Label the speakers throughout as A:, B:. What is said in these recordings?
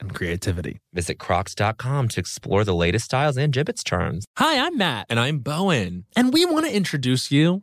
A: and creativity.
B: Visit crocs.com to explore the latest styles and gibbets charms.
A: Hi, I'm Matt.
B: And I'm Bowen.
A: And we want to introduce you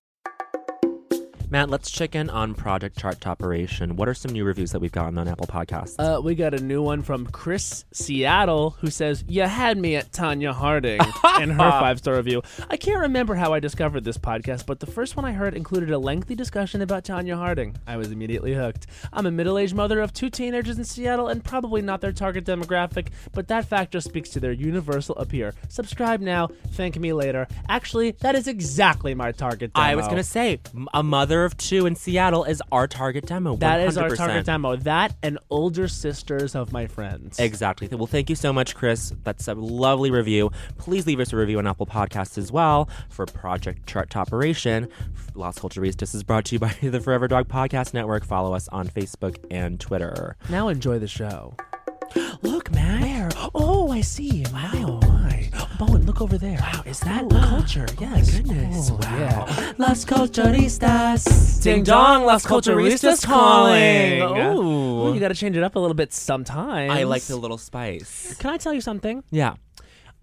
B: Matt, let's check in on Project Chart Operation. What are some new reviews that we've gotten on Apple Podcasts?
A: Uh, we got a new one from Chris Seattle who says, You had me at Tanya Harding in her five star review. I can't remember how I discovered this podcast, but the first one I heard included a lengthy discussion about Tanya Harding. I was immediately hooked. I'm a middle aged mother of two teenagers in Seattle and probably not their target demographic, but that fact just speaks to their universal appeal. Subscribe now, thank me later. Actually, that is exactly my target demo.
C: I was gonna say m- a mother of two in Seattle is our target demo.
A: That
C: 100%.
A: is our target demo. That and older sisters of my friends.
C: Exactly. Well, thank you so much, Chris. That's a lovely review. Please leave us a review on Apple Podcasts as well for Project Chart Operation. Las Culturistas is brought to you by the Forever Dog Podcast Network. Follow us on Facebook and Twitter.
A: Now enjoy the show.
C: Look, Matt.
A: Oh, I see. Wow. My. Bowen, look over there. Wow, is that culture? Yes. goodness. wow.
C: Las Culturistas. Ding dong, Las Culturistas calling.
A: Ooh.
C: Ooh.
A: you got to change it up a little bit sometimes.
C: I like the little spice.
A: Can I tell you something?
C: Yeah.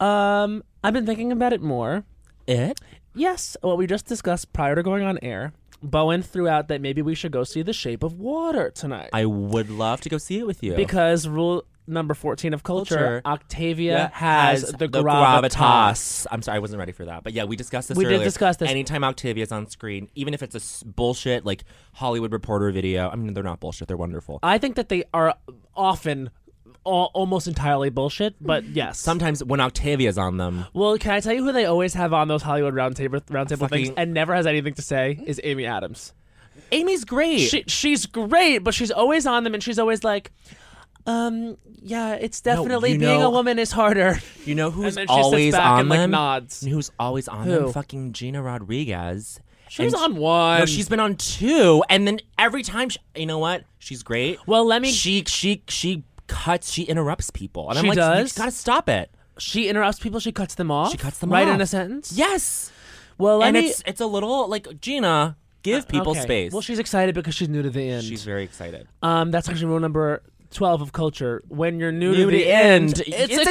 A: Um, I've been thinking about it more.
C: It?
A: Yes, what we just discussed prior to going on air. Bowen threw out that maybe we should go see The Shape of Water tonight.
C: I would love to go see it with you.
A: because rule number 14 of culture,
C: Culture.
A: Octavia
C: Yeah,
A: has, the, gravitas.
C: I'm sorry, I wasn't ready for that. But yeah, we discussed this.
A: We did
C: earlier.
A: discuss this.
C: Anytime Octavia's on screen, even if it's a s- bullshit like Hollywood Reporter video, I mean they're not bullshit. They're wonderful.
A: I think that they are often al- almost entirely bullshit, but yes.
C: Sometimes when Octavia's on them,
A: well, can I tell you who they always have on those Hollywood roundtable roundtable things
C: Fucking-
A: and never has anything to say is Amy Adams.
C: Amy's great.
A: She, she's great, but she's always on them and she's always like um yeah, it's definitely
C: you
A: being a
C: know-
A: woman is harder.
C: you know who's
A: And then she sits
C: always
A: back
C: on
A: and, like,
C: them?
A: nods.
C: You know who's always on
A: Who?
C: them? Fucking Gina Rodriguez.
A: She was
C: And-
A: on one.
C: No, she's been on two, and then every time, she, you know what? She's great.
A: well, let me
C: she she she cuts. She interrupts people, and
A: She
C: I'm like, you
A: does?
C: just gotta stop it.
A: she interrupts people, she cuts them off.
C: She cuts them
A: right
C: off.
A: in a sentence.
C: Yes.
A: Well, let
C: and
A: me
C: it's it's a little like Gina, give people
A: Okay.
C: space.
A: Well, she's excited because she's new to the end.
C: she's very excited.
A: um, that's actually rule number twelve of culture. When you're new, to the,
C: It's,
A: exciting!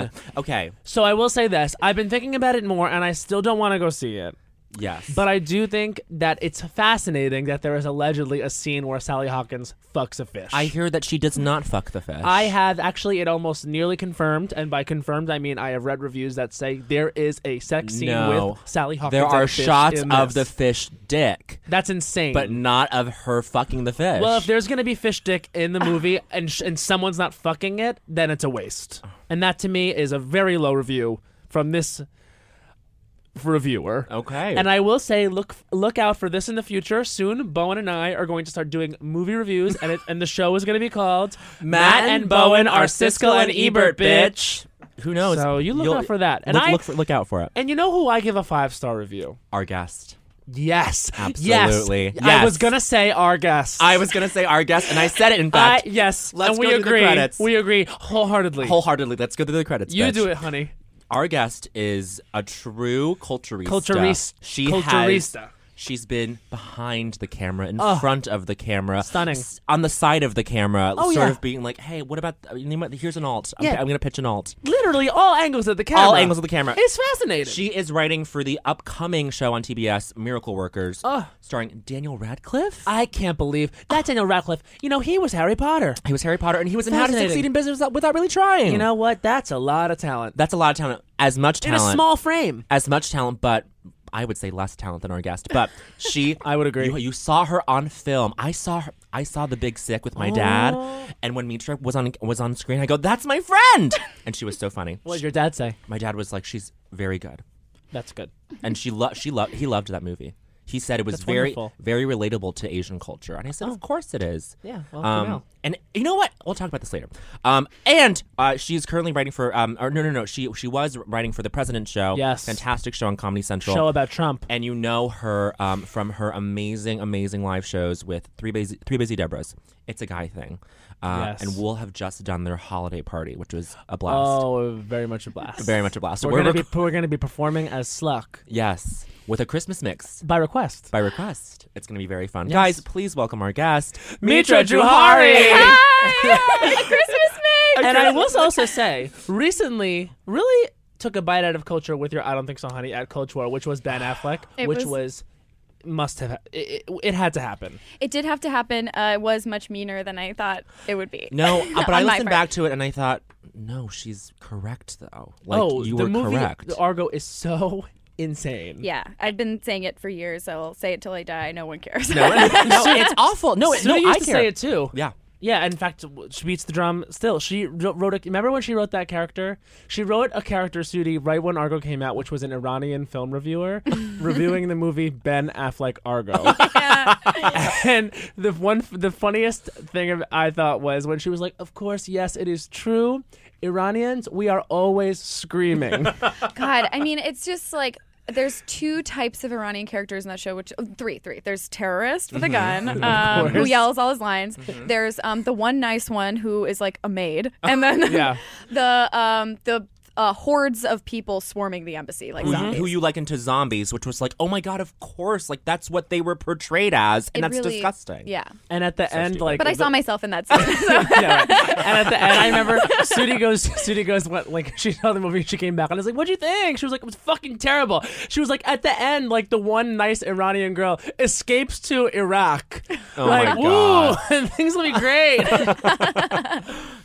C: exciting. Okay.
A: So I will say this: I've been thinking about it more, and I still don't want to go see it.
B: Yes.
A: But I do think that it's fascinating that there is allegedly a scene where Sally Hawkins fucks a fish.
B: I hear that she does not fuck the fish.
A: I have actually it almost nearly confirmed, and by confirmed I mean I have read reviews that say there is a sex scene
B: No.
A: with Sally Hawkins.
B: there
A: and a
B: are
A: fish
B: shots
A: in
B: of the
A: this.
B: fish dick,
A: That's insane.
B: but not of her fucking the fish.
A: well, if there's gonna be fish dick in the movie and sh- and someone's not fucking it, then it's a waste. And that to me is a very low review from this reviewer.
B: okay.
A: And uh, I will say, look look out for this in the future. Soon, Bowen and I are going to start doing movie reviews, and it, and the show is going to be called
B: Who knows?
A: So you look
B: You'll-
A: out for that. And
B: look,
A: I
B: look, for, look out for it.
A: and you know who I give a five star review?
B: Our guest.
A: Yes,
B: Absolutely.
A: Yes. I
B: Yes.
A: was gonna say our guest.
B: I was gonna say our guest, and I said it. In
A: I,
B: fact,
A: yes,
B: Let's
A: and we
B: go to the
A: agree.
B: credits.
A: We agree wholeheartedly.
B: wholeheartedly. Let's go to the credits.
A: you
B: bitch.
A: do it, honey.
B: Our guest is a true culturista.
A: Culturist-
B: She
A: culturista.
B: has. She's been behind the camera, in front of the camera,
A: Stunning.
B: on the side of the camera,
A: Oh,
B: sort
A: yeah.
B: of being like, "Hey, what about? I mean, you might- here's an alt. I'm,
A: Yeah.
B: I'm gonna pitch an alt."
A: Literally all angles of the camera.
B: All angles of the camera.
A: It's fascinating.
B: She is writing for the upcoming show on TBS, Miracle Workers,
A: Ugh.
B: starring Daniel Radcliffe.
A: I can't believe that Daniel Radcliffe. You know he was Harry Potter.
B: he was Harry Potter, and he was in How to
A: Fascinating.
B: Succeed in Business Without- Without Really Trying.
A: You know what? That's a lot of talent.
B: that's a lot of talent. As much
A: In a
B: talent
A: small frame.
B: as much talent, but I would say less talent than our guest. But she,
A: I would agree.
B: You, you saw her on film. I saw her. I saw The Big Sick with my
A: Oh.
B: dad, and when Mitra was on was on screen, I go, "That's my friend," and she was so funny.
A: What did your dad say?
B: my dad was like, "She's very good,"
A: That's good.
B: and she loved. She loved. He loved that movie. He said it was
A: That's
B: very
A: wonderful. Oh.
B: very relatable to Asian culture, and I said, "Of course it is."
A: Yeah, well,
B: Um,
A: you know.
B: And you know what? We'll talk about this later. Um, and uh, she's currently writing for um, or no, no, no. She she was writing for the President Show.
A: Yes.
B: fantastic show on Comedy Central
A: Show about Trump.
B: and you know her um, from her amazing, amazing live shows with Three Busy, Three Busy Debras. It's a guy thing, uh,
A: Yes.
B: and we'll have just done their holiday party, which was a blast,
A: Oh, very much a blast.
B: very much a blast. So
A: We're, gonna
B: rec-
A: be we're gonna be performing as Sluck
B: yes, with a Christmas mix
A: by request.
B: by request. It's going to be very fun, guys. Please welcome our guest,
A: Mitra Juhari!
D: Hi! A Christmas mix!
A: And I will also say, recently, really took a bite out of culture with your "I don't think so, honey" at Culture, which was Ben Affleck,
D: It
A: which was,
D: was-
A: must have it, it, it had to happen.
D: It did have to happen. Uh, it was much meaner than I thought it would be.
B: No, uh, but I
D: On my
B: listened
D: part.
B: back to it and I thought, no, she's correct though. Like
A: oh,
B: you
A: the
B: were
A: movie
B: correct.
A: the Argo is so insane.
D: Yeah, I've been saying it for years. I'll say it till I die. No one cares.
B: no, no, it's awful. No, it,
A: Sue
B: no,
A: used
B: I
A: to
B: care.
A: say it too.
B: Yeah.
A: Yeah, in fact, w- she beats the drum. Still, she wr- wrote a. Remember when she wrote that character? She wrote a character, Sudi, right when Argo came out, which was an Iranian film reviewer reviewing the movie Ben Affleck
D: Oh
A: Argo.
D: Yeah.
A: and the one, the funniest thing of- I thought was when she was like, "Of course, yes, it is true. Iranians, we are always screaming."
D: God, I mean, it's just like there's two types of Iranian characters in that show, which oh, three, three. There's terrorist with a
B: Mm-hmm.
D: gun, um, who
A: course.
D: yells all his lines. There's um, the one nice one who is like a maid, and then
A: Yeah.
D: the um, the uh, hordes of people swarming the embassy, like
B: who,
D: zombies.
B: who you liken to zombies, which was like, oh my god, of course, like that's what they were portrayed as, and
D: It
B: that's
D: really-
B: disgusting.
D: Yeah.
A: and at the end,
B: stupid.
A: like,
D: But I
A: the-
D: saw myself in that scene. so-
A: yeah, right. And at the end, I remember Sudi goes, Sudi goes, what? Like she saw the movie, she came back, and I was like, "What'd you think?" She was like, "It was fucking terrible." She was like, at the end, like the one nice Iranian girl escapes to Iraq.
B: Oh
A: like,
B: my god,
A: ooh, and things will be great.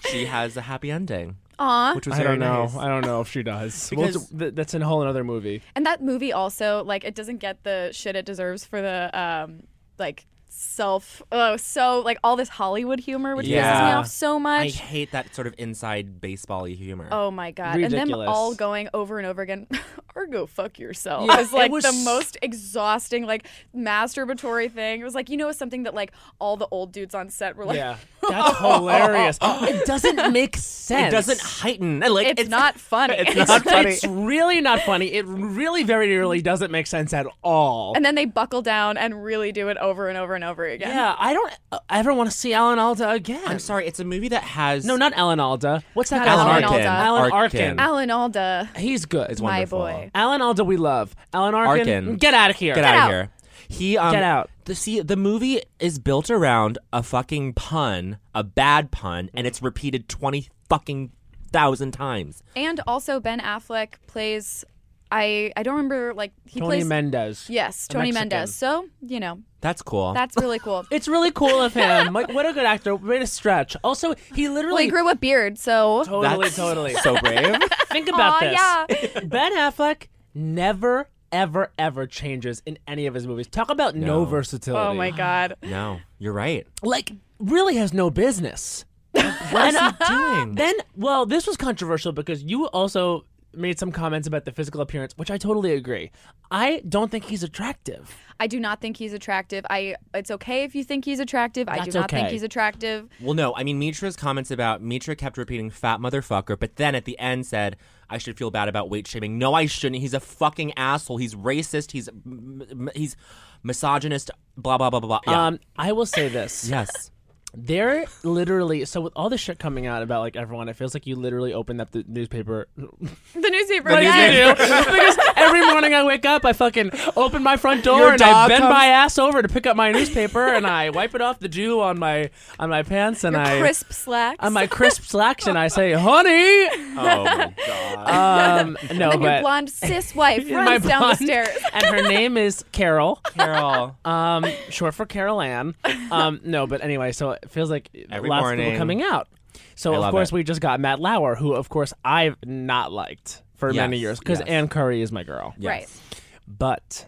B: she has a happy ending,
D: Aw.
B: which was very nice.
A: I don't know if she does.
B: Because-
A: th- that's in a whole another movie.
D: And that movie also, like, it doesn't get the shit it deserves for the, um, like, self. Oh, so, like, all this Hollywood humor, which pisses me
A: Yeah.
D: off so
B: I
D: much.
B: hate that sort of inside baseball-y humor.
D: Oh my god! And them
A: Ridiculous.
D: all going over and over again. Argo, fuck yourself.
A: Yeah,
D: is like
A: it was
D: the
A: s-
D: most exhausting, like masturbatory thing. It was like you know something that like all the old dudes on set were like.
A: Yeah, that's hilarious. it doesn't make sense.
B: it doesn't heighten. I Like
D: It's, not funny.
B: It's not funny.
A: It's really not funny. It really, very nearly doesn't make sense at all.
D: and then they buckle down and really do it over and over and over again.
A: yeah, I don't ever want to see Alan Alda again.
B: I'm sorry. It's a movie that has
A: No, not Alan Alda. What's that
D: Not
A: guy's
D: Alan
A: name?
D: Alda.
A: Alan Arkin.
D: Alan Alda.
A: He's good.
B: It's
D: My
B: wonderful.
D: boy.
A: Alan Alda, we love. Alan Arkin,
B: Arkin.
A: get out of here.
B: Get, out,
D: out.
B: of here. He um,
A: Get out.
B: The, see, the movie is built around a fucking pun, a bad pun, and it's repeated twenty fucking thousand times.
D: And also, Ben Affleck plays I I don't remember like he
A: Tony
D: plays
A: Mendez.
D: yes
A: a
D: Tony
A: Mexican.
D: Mendez. So you know
B: That's cool.
D: that's really cool.
A: It's really cool of him. like, what a good actor. Way to stretch. Also, he
D: well, he
A: literally
D: grew a beard, so
A: totally,
B: That's
A: totally.
B: so brave.
A: Think about
D: Aw,
A: this.
D: yeah.
A: Ben Affleck never, ever, ever changes in any of his movies. Talk about no,
B: No.
A: versatility.
D: oh my god.
B: no, you're right.
A: Like, really has no business.
B: What is he doing?
A: Then, well, this was controversial because you also made some comments about the physical appearance, which I totally agree. I don't think he's attractive.
D: I do not think he's attractive. I it's okay if you think he's attractive. I do
A: That's
D: not think
A: okay.
D: he's attractive.
B: Well, no, I mean Mitra's comments about Mitra kept repeating "fat motherfucker," but then at the end said, "I should feel bad about weight shaming." No, I shouldn't. He's a fucking asshole. He's racist. He's m- m- he's misogynist. Blah blah blah blah blah. Yeah.
A: Um, I will say this.
B: yes.
A: They're literally so with all this shit coming out about like everyone, it feels like you literally opened up the newspaper.
D: The newspaper.
A: Like
D: yeah.
A: you do. because every morning I wake up, I fucking open my front door
B: Your
A: and I
B: dog
A: bend
B: comes-
A: my ass over to pick up my newspaper and I wipe it off the dew on my on my pants and I
D: Crisp slacks.
A: on my crisp slacks and I say, "Honey."
B: Oh my god.
A: Um, no,
D: and your
A: but
D: blonde cis wife
A: my
D: runs down the
A: blonde-
D: stairs.
A: and her name is Carol,
B: Carol.
A: um, short for Carol Ann. Um, no, but anyway, so it feels like
B: Every
A: lots of
B: morning.
A: people coming out. So
B: I
A: of
B: love
A: course
B: it.
A: we just got Matt Lauer, who of course I've not liked for
B: Yes,
A: many years because
B: yes.
A: Ann Curry is my girl.
B: Yes.
D: Right.
A: But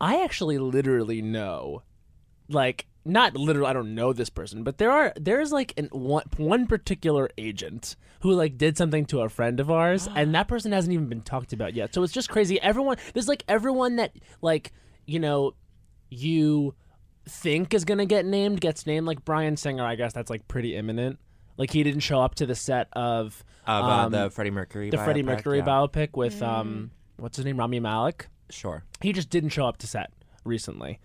A: I actually literally know, like not literally. I don't know this person, but there are there is like an one one particular agent who like did something to a friend of ours, and that person hasn't even been talked about yet. So it's just crazy. Everyone there's like everyone that like you know you think is gonna get named gets named. Like Brian Singer, I guess that's like pretty imminent. Like he didn't show up to the set of
B: Of uh,
A: um,
B: the Freddie Mercury.
A: the Freddie
B: biopic,
A: Mercury
B: yeah.
A: biopic with um what's his name Rami Malik
B: Sure.
A: he just didn't show up to set recently.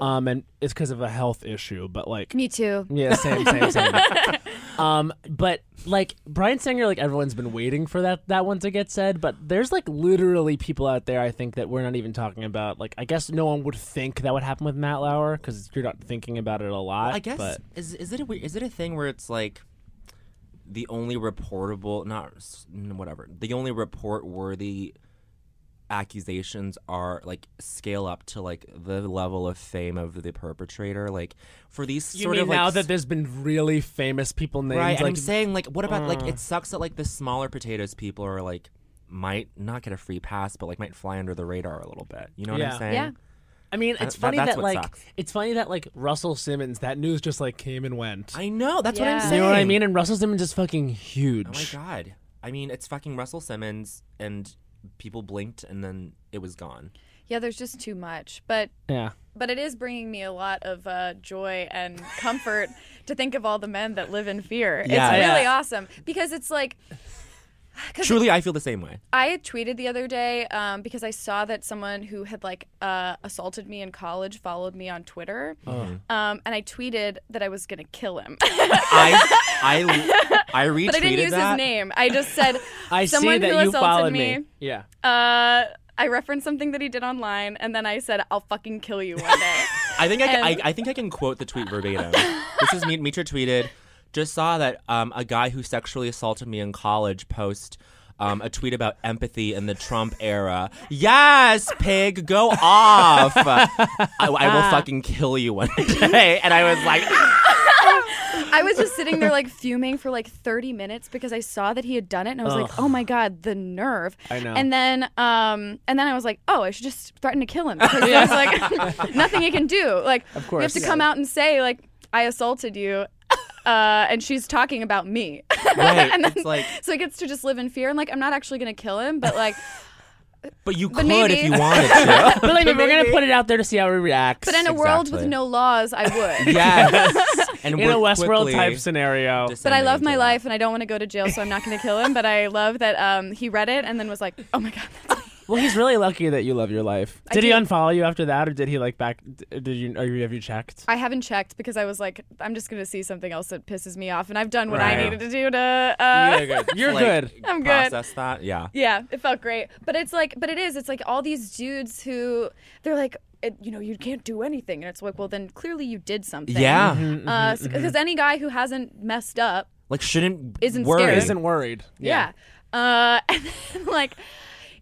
A: Um, and it's because of a health issue, but like,
D: Me too.
A: yeah, same, same, same. um, but like Brian Singer, like everyone's been waiting for that that one to get said, but there's like literally people out there I think that we're not even talking about. Like, I guess no one would think that would happen with Matt Lauer because you're not thinking about it a lot.
B: I guess
A: but
B: is is it a weird, is it a thing where it's like the only reportable not s- n- whatever the only report worthy accusations are like scale up to like the level of fame of the perpetrator like for these
A: you
B: sort
A: mean
B: of like
A: now
B: s-
A: that there's been really famous people named
B: right and
A: like mm.
B: I'm saying like what about like it sucks that like the smaller potatoes people are like might not get a free pass but like might fly under the radar a little bit you know what
A: Yeah.
B: I'm saying
D: Yeah.
A: I mean, it's
B: that-
A: funny
B: that's
A: that
B: what
A: like
B: sucks.
A: it's funny that like Russell Simmons that news just like came and went.
B: I know that's what I'm
D: Yeah.
A: You
B: saying
A: know what I mean? And Russell Simmons is fucking
B: Oh my
A: huge.
B: god. I mean, it's fucking Russell Simmons and people blinked and then it was gone.
D: Yeah, there's just too much. But
A: Yeah.
D: but it is bringing me a lot of uh, joy and comfort to think of all the men that live in fear.
B: Yeah.
D: it's really
A: Yeah.
D: awesome because it's like
B: Truly, I feel the same way.
D: I had tweeted the other day um, because I saw that someone who had like uh, assaulted me in college followed me on Twitter,
A: Uh-huh.
D: um, and I tweeted that I was gonna kill him, but
B: I I I retweeted
D: I didn't use
B: that.
D: his name. I just said
A: I see
D: someone who
A: that you
D: assaulted
A: followed
D: me.
A: Yeah.
D: Uh, I referenced something that he did online, and then I said, "I'll fucking kill you one day."
B: I think I, can, I
D: And-
B: I think I can quote the tweet verbatim. this is Mi- Mitra tweeted. Just saw that um, a guy who sexually assaulted me in college post um, a tweet about empathy in the Trump era. Yes, pig, go off. I, I
D: Uh.
B: will fucking kill you one day. And I was like,
D: I was just sitting there like fuming for like 30 minutes because I saw that he had done it and I was like, "Oh my god, the nerve!"
A: I know.
D: And then, um, and then I was like, "Oh, I should just threaten to kill him." Because I was like, nothing he can do. Like, of you
A: course.
D: have to come out and say like, "I assaulted you," uh, and she's talking about me.
B: right.
D: And then-
B: it's like,
D: so he gets to just live in fear and like, I'm not actually gonna kill him, but like,
B: But you
D: But
B: could
D: maybe-
B: if you wanted to.
A: But like, we're gonna put it out there to see how he reacts.
D: but in a world with
B: Exactly.
D: no laws, I would.
B: yes. And
A: in a
B: we're
A: Westworld
B: quickly
A: type scenario.
D: But I
B: descending
D: love
B: into
D: my
B: that.
D: life and I don't want to go to jail, so I'm not going to kill him. But I love that um, he read it and then was like, oh my God, that's me.
A: well, he's really lucky that you love your life. Did he
D: do.
A: unfollow you after that, or did he like back? d- Did you? Are you have you checked?
D: I haven't checked because I was like, I'm just going to see something else that pisses me off. And I've done what
B: Right.
D: I needed to do to. Uh, yeah.
A: You're
B: Like,
A: good.
D: I'm good.
B: Process that. Yeah.
D: it felt great. But it's like, but it is, it's like all these dudes who, they're like, it, you know, you can't do anything. And it's like, well, then clearly you did something.
B: Yeah.
D: Because any guy who hasn't messed up
B: Like shouldn't
D: Isn't
B: worry.
D: scary.
A: Isn't worried.
D: Yeah. Uh, and then, like,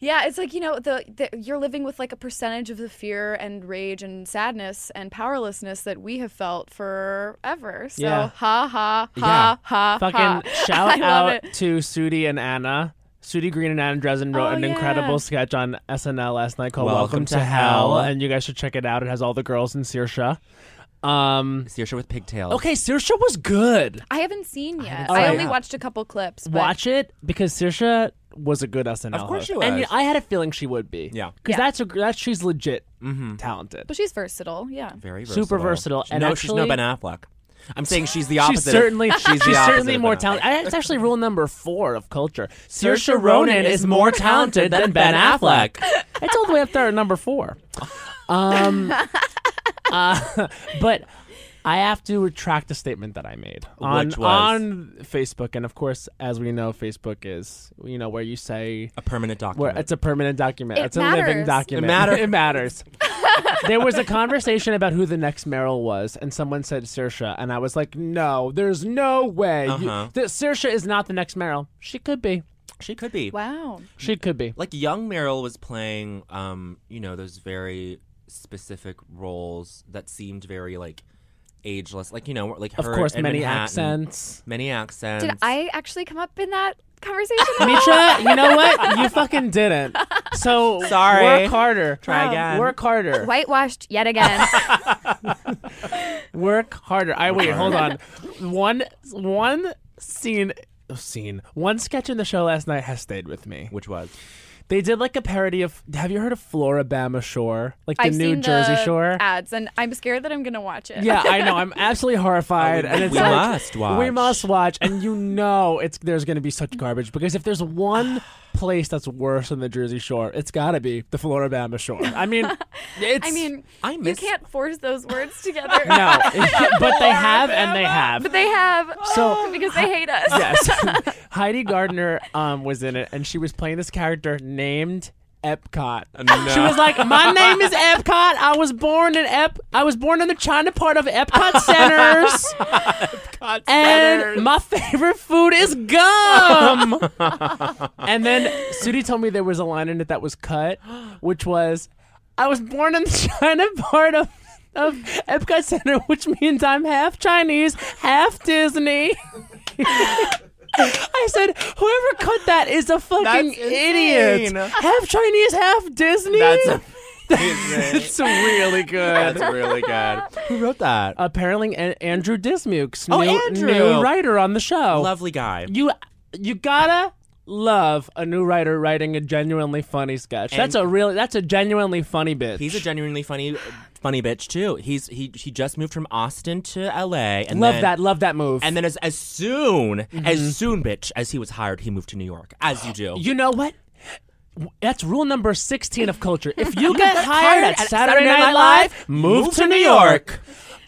D: Yeah, it's like you know the, the you're living with like a percentage of the fear and rage and sadness and powerlessness that we have felt forever. So
A: Yeah.
D: ha ha ha
B: Yeah.
D: ha ha.
A: Fucking
D: I
A: shout
D: love
A: out
D: it.
A: to Sudie and Anna. Sudie Green and Anna Dresden wrote
D: Oh,
A: an
D: yeah.
A: incredible sketch on SNL last night called
B: Welcome
A: Welcome,
B: to
A: to, Hell,
B: Hell.
A: and you guys should check it out. It has all the girls in Saoirse. Um,
B: Saoirse with pigtails.
A: okay, Saoirse was good.
D: I haven't seen yet.
B: seen
D: I
A: it
D: only
B: yet.
D: watched a couple clips. But
A: Watch it because Saoirse was a good SNL.
B: Of course
A: host.
B: she
A: And
B: was.
A: you know, I had a feeling she would be.
B: Yeah. Mm-hmm.
A: because
D: Yeah.
A: that's a, that's she's legit talented.
D: But she's versatile. Yeah.
B: Very versatile.
A: Super versatile, and
B: no, she's no
A: actually-
B: Ben Affleck. I'm saying she's the opposite.
A: She's certainly
B: Of,
A: she's,
B: she's the opposite
A: certainly
B: of
A: more
B: Ben Affleck.
A: talented. That's actually rule number four of culture.
B: Saoirse Ronan is more talented than Ben Affleck.
A: It's all the way up there at number four. Um, uh, but I have to retract a statement that I made on
B: Which was?
A: on Facebook, and of course, as we know, Facebook is you know where you say
B: A permanent
A: where
B: document.
A: it's a permanent document.
D: It
A: it's a living
D: matters.
A: document.
B: It matter-
A: it matters. there was a conversation about who the next Meryl was, and someone said Saoirse, and I was like, "No, there's no way. You-
B: Uh-huh.
A: that Saoirse is not the next Meryl. She could be.
B: she could be.
D: Wow.
A: She could be.
B: Like young Meryl was playing, um, you know, those very specific roles that seemed very like ageless. Like you know, like
A: Of
B: her
A: course,
B: and
A: many
B: Manhattan.
A: accents.
B: Many accents.
D: Did I actually come up in that conversation?
A: Mitra, you know what? You fucking didn't. So
B: Sorry.
A: work harder.
B: Try
D: Wow.
B: again.
A: Work harder.
D: Whitewashed yet again.
A: Work harder. I wait. Hold on. One one scene. Scene. One sketch in the show last night has stayed with me.
B: Which was
A: They did like a parody of. Have you heard of Florabama Shore? Like the
D: I've
A: New
D: seen
A: Jersey
D: the
A: Shore.
D: ads, and I'm scared that I'm gonna watch it.
A: yeah, I know. I'm absolutely horrified.
B: Oh, we-
A: and it's
B: we
A: like,
B: must watch.
A: We must watch. And you know, it's there's going to be such garbage because if there's one place that's worse than the Jersey Shore, it's got to be the Florabama Shore. I mean, it's.
D: I mean,
B: I miss-
D: you can't force those words together.
A: no, but they have and they have.
D: But they have.
A: So-
D: because they hate us.
A: Yes. Heidi Gardner um, was in it, and she was playing this character named Epcot. She was like, "My name is Epcot. I was born in Ep. I was born in the China part of Epcot Centers, and my favorite food is gum." and then Sudie told me there was a line in it that was cut, which was, "I was born in the China part of." Of Epcot Center, which means I'm half Chinese, half Disney. I said, whoever cut that is a fucking
B: That's
A: idiot.
B: insane.
A: Half Chinese, half Disney.
B: That's amazing.
A: it's really Uh, good.
B: That's really good. Who wrote that?
A: Apparently, An- Andrew Dismukes,
B: Oh,
A: new,
B: Andrew.
A: new writer on the show.
B: Lovely guy.
A: you, you gotta love a new writer writing a genuinely funny sketch. that's a really, that's a genuinely funny bitch.
B: He's a genuinely funny, funny bitch too. He's he he just moved from Austin to L.A. and
A: love
B: then-
A: that, love that move.
B: And then as as soon as soon bitch as he was hired, he moved to New York. As you do.
A: you know what? That's rule number 16 of culture. If you get hired at Saturday, Night, Live, move to New York.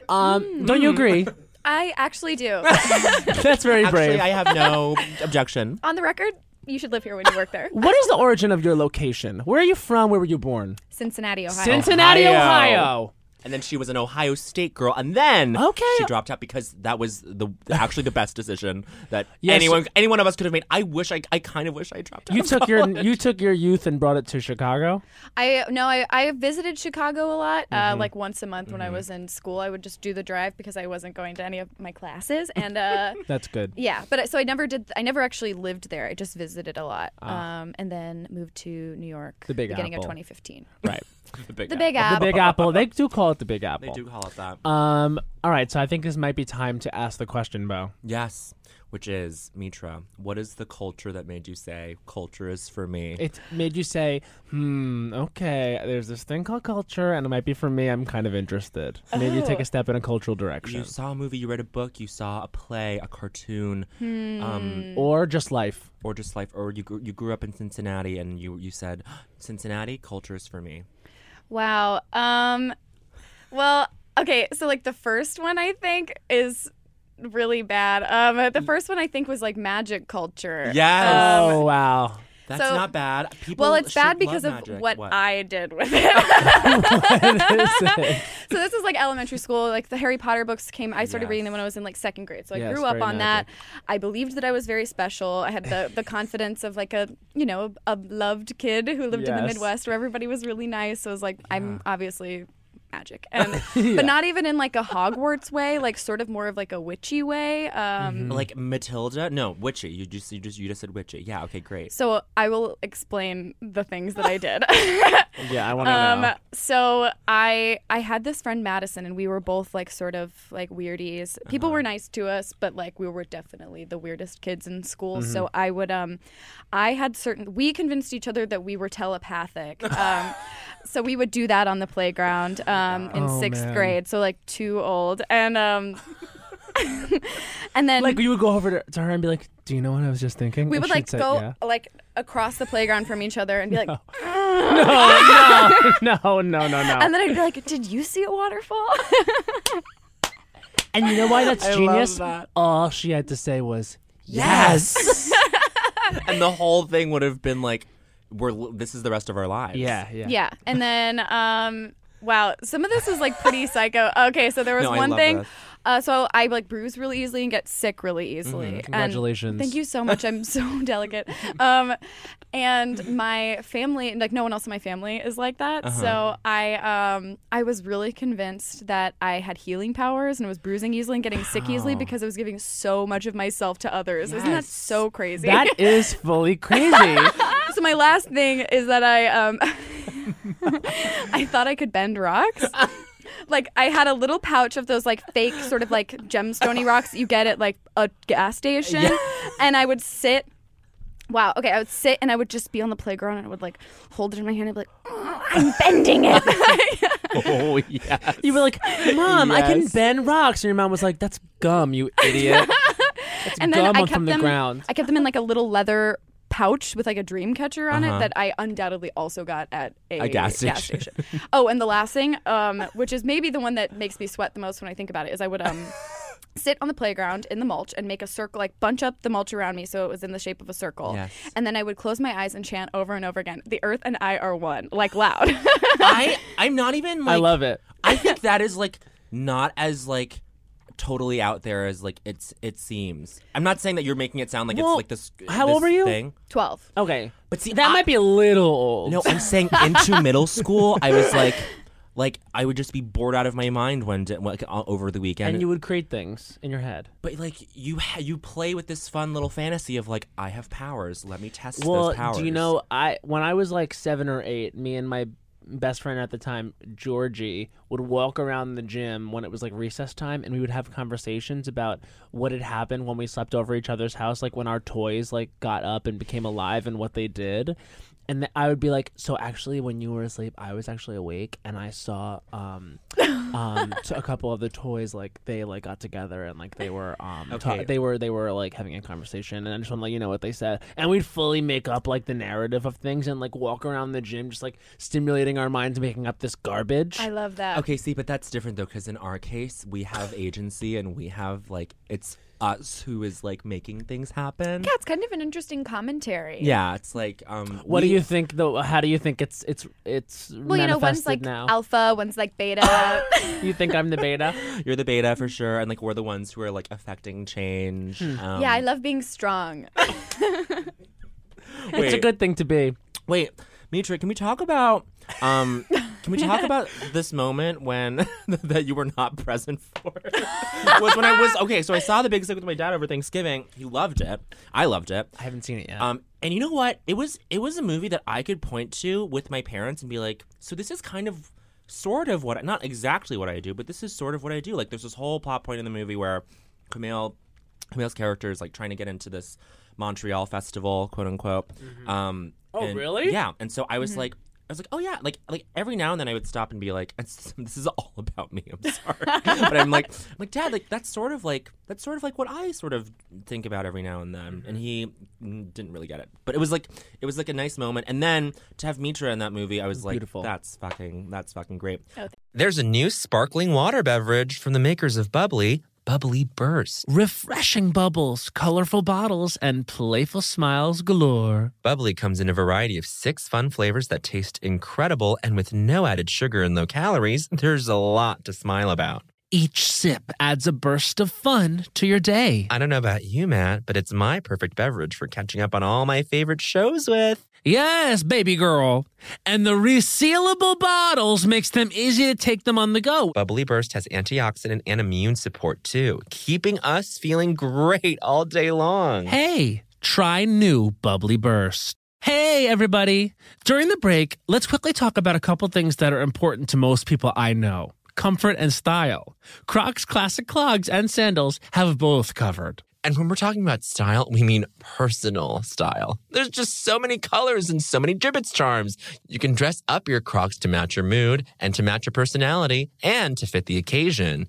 A: Um, Don't you agree?
D: I actually do.
A: That's very
B: Actually,
A: brave.
B: I have no objection.
D: On the record, you should live here when you work there.
A: What is the origin of your location? Where are you from? Where were you born?
D: Cincinnati, Ohio.
A: Cincinnati,
B: Ohio.
A: Ohio.
B: And then she was an Ohio State girl, and then
A: Okay.
B: she dropped out because that was the actually the best decision that
A: Yes.
B: anyone any one of us could have made. I wish I I kind of wish I dropped out.
A: You took your you took your youth and brought it to Chicago.
D: I no, I, I visited Chicago a lot.
A: Mm-hmm.
D: Uh, like once a month when I was in school, I would just do the drive because I wasn't going to any of my classes. And uh,
A: That's good.
D: yeah, but I- so I never did. I never actually lived there. I just visited a lot, um, and then moved to New York.
A: Ah. The Big
D: beginning of
A: Apple.
D: 2015.
A: Right.
B: the big,
D: The
B: app.
D: Big
A: The
D: Apple.
A: Big Apple. They do call it the Big
B: They
A: Apple.
B: do call it that.
A: Um. All right. So I think this might be time to ask the question, Bo.
B: yes, which is Mitra. What is the culture that made you say culture is for me?
A: It made you say, "Hmm. Okay. There's this thing called culture, and it might be for me. I'm kind of interested. Maybe you take a
D: Oh.
A: step in a cultural
B: you
A: direction,
B: saw a movie, you read a book, you saw a play, a cartoon,
D: Hmm.
B: um,
D: Mm-hmm.
A: or just life."
B: or just life, or you grew, you grew up in Cincinnati and you you said Cincinnati culture is for me.
D: Wow. Um, well, okay. So like the first one I think is really bad. Um, the first one I think was like magic culture.
B: Yes.
D: Um,
A: oh wow.
B: That's
D: So-
B: not bad. People
D: Well, it's
B: should
D: bad
B: love
D: because of
B: magic.
D: what, I did with it.
A: What is it?
D: so this is like elementary school. Like the Harry Potter books came. I started reading them when I was in like second grade. So I
A: Yes,
D: grew up
A: very
D: on
A: magic.
D: that. I believed that I was very special. I had the, the confidence of like a you know a loved kid who lived in the
A: Yes.
D: Midwest where everybody was really nice. So I was like, I'm obviously magic and but not even in like a hogwarts way like sort of more of like a witchy way um
A: Mm-hmm. Hmm.
B: Like Matilda? No, witchy. You just you just you just said witchy. Yeah. Okay. Great.
D: So I will explain the things that I did.
A: Yeah, I want to
D: um,
A: know.
D: so I I had this friend Madison, and we were both like sort of like weirdies. People
A: Uh-huh.
D: were nice to us, but like we were definitely the weirdest kids in school. So
A: Mm-hmm.
D: I would um, I had certain. We convinced each other that we were telepathic. Um, So we would do that on the playground um, in
A: Oh,
D: sixth
A: man.
D: grade. So like too old, and um, and then
A: Like you would go over to, to her and be like, "Do you know what I was just thinking?"
D: we
A: And
D: would
A: she'd
D: like
A: say,
D: go
A: "Yeah."
D: like across the playground from each other and be like,
A: no, Oh, no, no, no, no.
D: and then I'd be like, "Did you see a waterfall?"
A: And you know why that's
B: I love
A: genius?
B: that.
A: All she had to say was,
B: Yes. and the whole thing would have been like, we're li- this is the rest of our lives.
A: "Yeah, yeah."
D: yeah, and then um, wow, some of this is like pretty psycho. Okay, so there was
B: No, I
D: one
B: love
D: thing.
B: this.
D: Uh, so I like bruise really easily and get sick
B: Mm-hmm.
D: really easily. And
A: Congratulations.
D: thank you so much. I'm so delicate. Um, and my family, like no one else in my family, is like that.
B: Uh-huh.
D: So I, um, I was really convinced that I had healing powers and was bruising easily and getting sick easily because I was giving so much of myself to others. Isn't that
B: Yes.
D: so crazy?
A: That is fully crazy.
D: so my last thing is that I um I thought I could bend rocks. Like I had a little pouch of those like fake sort of like gemstony rocks that you get at like a gas station and I would sit Wow. Okay, I would sit and I would just be on the playground and I would like hold it in my hand and be like, "Oh, I'm bending it.
B: Oh yes.
A: you were like, "Mom, I can
B: Yes.
A: bend rocks," and your mom was like, "That's gum, you idiot." That's
D: and
A: gum
D: then I
A: on-
D: kept
A: from the
D: them.
A: ground.
D: I kept them in like a little leather pouch with like a dream catcher on
B: Uh-huh.
D: it that I undoubtedly also got at a,
B: A gas station.
D: station. oh, and the last thing, um, which is maybe the one that makes me sweat the most when I think about it, is I would um. Sit on the playground in the mulch and make a circle, like bunch up the mulch around me so it was in the shape of a circle.
B: Yes.
D: And then I would close my eyes and chant over and over again, The earth and I are one, like loud.
B: I I'm not even like
A: I love it.
B: I think that is like not as like totally out there as like it's it seems. I'm not saying that you're making it sound like
A: Well,
B: it's like this.
A: how
B: this
A: old were you?
B: Thing.
D: 12.
A: Okay,
B: But see,
A: that
B: I-
A: might be a little old.
B: No, I'm saying into middle school, I was like, like I would just be bored out of my mind one day, like, o- over the weekend.
A: and you would create things in your head.
B: but like you, ha- you play with this fun little fantasy of like, I have powers. Let me test
A: well,
B: those powers.
A: do you know I when I was like seven or eight, me and my best friend at the time, Georgie, would walk around the gym when it was like recess time, and we would have conversations about what had happened when we slept over each other's house, like when our toys like got up and became alive, and what they did. And th- I would be like, so actually, when you were asleep, I was actually awake, and I saw um, um, t- a couple of the toys like they like got together and like they were um, ta-
B: Okay.
A: they were they were like having a conversation, and I just want to let you know what they said. And we'd fully make up like the narrative of things and like walk around the gym, just like stimulating our minds, making up this garbage.
D: I love that.
B: Okay, see, but that's different though, because in our case, we have agency and we have like it's us who is like making things happen.
D: Yeah, it's kind of an interesting commentary.
B: Yeah, it's like um.
A: what
B: we-
A: do you think though? How do you think it's it's it's
D: Well, you know, one's
A: manifested
D: like
A: now?
D: alpha, one's like beta.
A: you think I'm the beta?
B: You're the beta for sure, and like we're the ones who are like affecting change.
A: Hmm.
B: Um,
D: yeah, I love being strong.
A: It's a
B: wait.
A: good thing to be.
B: Wait, Mitra, can we talk about um can we talk about this moment when that you were not present for? was when I was okay, so I saw the big sick with my dad over Thanksgiving. He loved it. I loved it.
A: I haven't seen it yet.
B: Um and you know what? It was it was a movie that I could point to with my parents and be like, so this is kind of sort of what I, not exactly what I do, but this is sort of what I do. Like there's this whole plot point in the movie where Camille Camille's character is like trying to get into this Montreal festival, quote unquote. Um,
A: Oh,
B: and-
A: really? Mm-hmm.
B: Yeah. And so I was like, I was like, oh yeah, like like every now and then I would stop and be like, "It's- this is all about me. I'm sorry, but I'm like, I'm like Dad, like that's sort of like that's sort of like what I sort of think about every now and then.
A: Mm-hmm.
B: And he mm, didn't really get it, but it was like it was like a nice moment. And then to have Mitra in that movie, I was like,
A: Beautiful.
B: that's
A: Oh.
B: fucking that's fucking great.
E: There's a new sparkling water beverage from the makers of Bubbly bubbly burst.
A: Refreshing bubbles, colorful bottles, and playful smiles galore.
E: Bubbly comes in a variety of six fun flavors that taste incredible, and with no added sugar and low calories, there's a lot to smile about.
A: Each sip adds a burst of fun to your day.
E: I don't know about you, Matt, but it's my perfect beverage for catching up on all my favorite shows with.
A: Yes, baby girl. And the resealable bottles makes them easy to take them on the go.
E: Bubbly Burst has antioxidant and immune support too, keeping us feeling great all day long.
A: Hey, try new Bubbly Burst. Hey, everybody. During the break, let's quickly talk about a couple things that are important to most people I know comfort and style. Crocs classic clogs and sandals have both covered.
E: And when we're talking about style, we mean personal style. There's just so many colors and so many gibbets charms. You can dress up your Crocs to match your mood and to match your personality and to fit the occasion.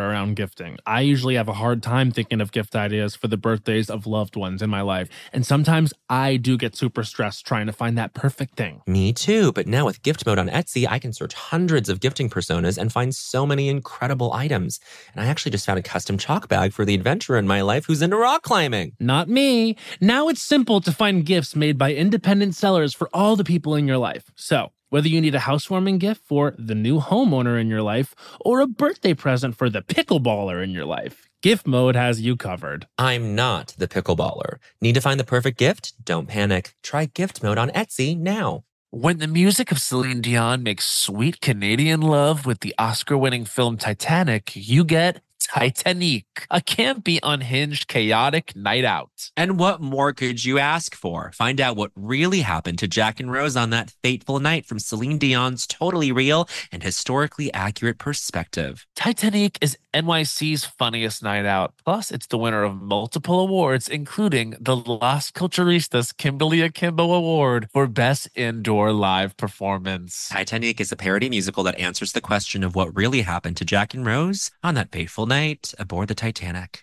A: around gifting. I usually have a hard time thinking of gift ideas for the birthdays of loved ones in my life. And sometimes I do get super stressed trying to find that perfect thing.
E: Me too, but now with gift mode on Etsy, I can search hundreds of gifting personas and find so many incredible items. And I actually just found a custom chalk bag for the adventurer in my life who's into rock climbing.
A: Not me. Now it's simple to find gifts made by independent sellers for all the people in your life. So, whether you need a housewarming gift for the new homeowner in your life or a birthday present for the pickleballer in your life, gift mode has you covered.
E: I'm not the pickleballer. Need to find the perfect gift? Don't panic. Try gift mode on Etsy now.
F: When the music of Celine Dion makes sweet Canadian love with the Oscar winning film Titanic, you get Titanic, a campy, unhinged, chaotic night out.
B: And what more could you ask for? Find out what really happened to Jack and Rose on that fateful night from Celine Dion's totally real and historically accurate perspective.
F: Titanic is NYC's funniest night out. Plus, it's the winner of multiple awards, including the Las Culturistas Kimberly Akimbo Award for Best Indoor Live Performance.
B: Titanic is a parody musical that answers the question of what really happened to Jack and Rose on that fateful night aboard the Titanic.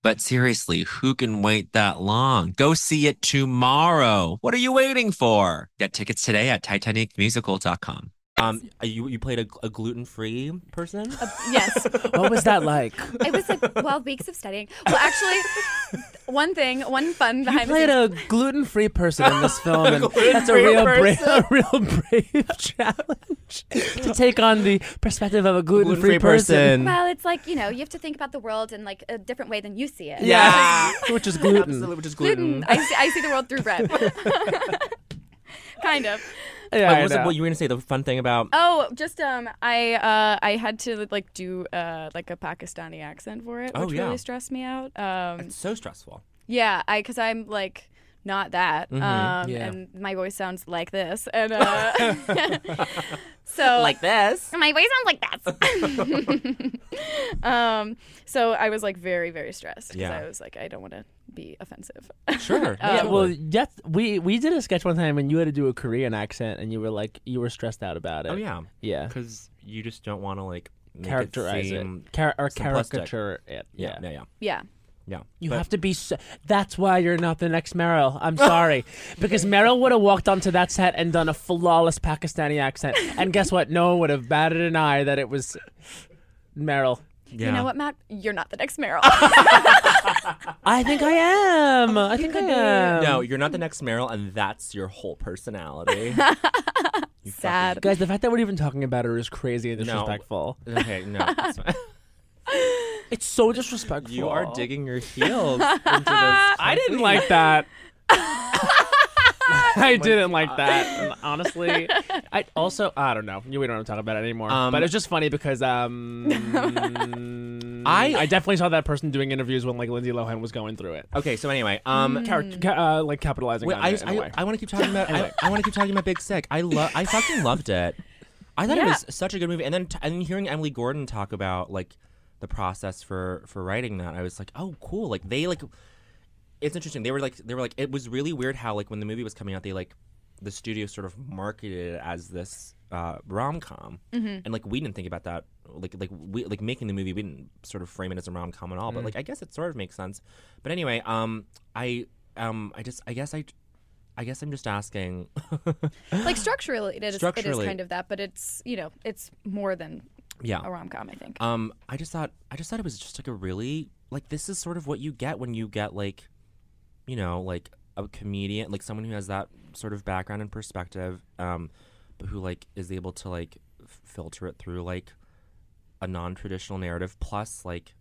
B: But seriously, who can wait that long? Go see it tomorrow. What are you waiting for? Get tickets today at titanicmusical.com. Um, you you played a, a gluten free person?
D: yes.
A: What was that like?
D: It was like well weeks of studying. Well, actually, one thing, one fun
A: You
D: behind the
A: played
D: scenes-
A: a gluten free person in this film, and that's a real, brave, a real brave challenge to take on the perspective of a gluten free person.
D: Well, it's like you know, you have to think about the world in like a different way than you see it.
A: Yeah, which is gluten.
B: Absolutely, which is
D: Gluten. I see, I see the world through bread. kind of.
A: Yeah,
B: What
A: I
B: was it,
A: know.
B: what you were going to say? The fun thing about
D: Oh, just um, I uh, I had to like do uh like a Pakistani accent for it,
B: Oh,
D: which
B: yeah.
D: really stressed me out. Um,
B: it's so stressful.
D: yeah, I because I'm like not that,
B: Mm-hmm.
D: um,
A: Yeah.
D: and my voice sounds like this, and uh, so
B: this.
D: my voice sounds like that. um, so I was like very very stressed because
B: Yeah.
D: I was like I don't want to be offensive. Um,
B: Sure.
A: Yeah, well, that's, we we did a sketch one time, and you had to do a Korean accent, and you were like, you were stressed out about it.
B: oh yeah,
A: yeah.
B: because you just don't want to like make
A: Characterize it,
B: seem
A: Char- or
B: simplistic.
A: caricature it.
B: Yeah, yeah, yeah.
D: yeah.
B: Yeah.
A: You
B: But-
A: have to be. So, that's why you're not the next Meryl. I'm sorry, because Meryl would have walked onto that set and done a flawless Pakistani accent, and guess what? No one would have batted an eye that it was Meryl.
B: yeah.
D: You know what, Matt? You're not the next Meryl.
A: I think I am.
B: Oh,
A: I think I am.
B: No, you're not the next Meryl, and that's your whole personality. You
D: Sad.
A: guys, the fact that we're even talking about her is crazy and disrespectful.
B: fucking- Okay, no. it's fine.
A: It's so disrespectful.
B: You are digging your heels into this. I
A: didn't like that. I didn't like that. And Honestly, I also I don't know. We don't want to talk about it anymore.
B: Um,
A: but it's just funny because um,
B: I-
A: I definitely saw that person doing interviews when like Lindsay Lohan was going through it,
B: Okay, so anyway, um,
A: Car- ca- uh, like capitalizing
B: Wait,
A: on
B: I,
A: it in a
B: I,
A: way.
B: I want to keep talking about I, I want to keep talking about Big Sick. I love I fucking loved it. I thought
D: Yeah.
B: it was such a good movie. And then t- and hearing Emily Gordon talk about like the process for for writing that, I was like, oh cool. Like they like it's interesting. They were like they were like it was really weird how like when the movie was coming out, they like the studio sort of marketed it as this uh, rom com,
D: Mm-hmm.
B: and like we didn't think about that. Like like we like making the movie, we didn't sort of frame it as a rom com at all. But like I guess it sort of makes sense. But anyway, um, I um, I just I guess I. I guess I'm just asking.
D: like structurally, it is, it
B: Structurally.
D: is kind of that, but it's you know it's more than
B: yeah.
D: a rom com. I think.
B: Um, I just thought I just thought it was just like a really like this is sort of what you get when you get like, you know, like a comedian, like someone who has that sort of background and perspective, um, but who like is able to like f- filter it through like a non-traditional narrative plus like.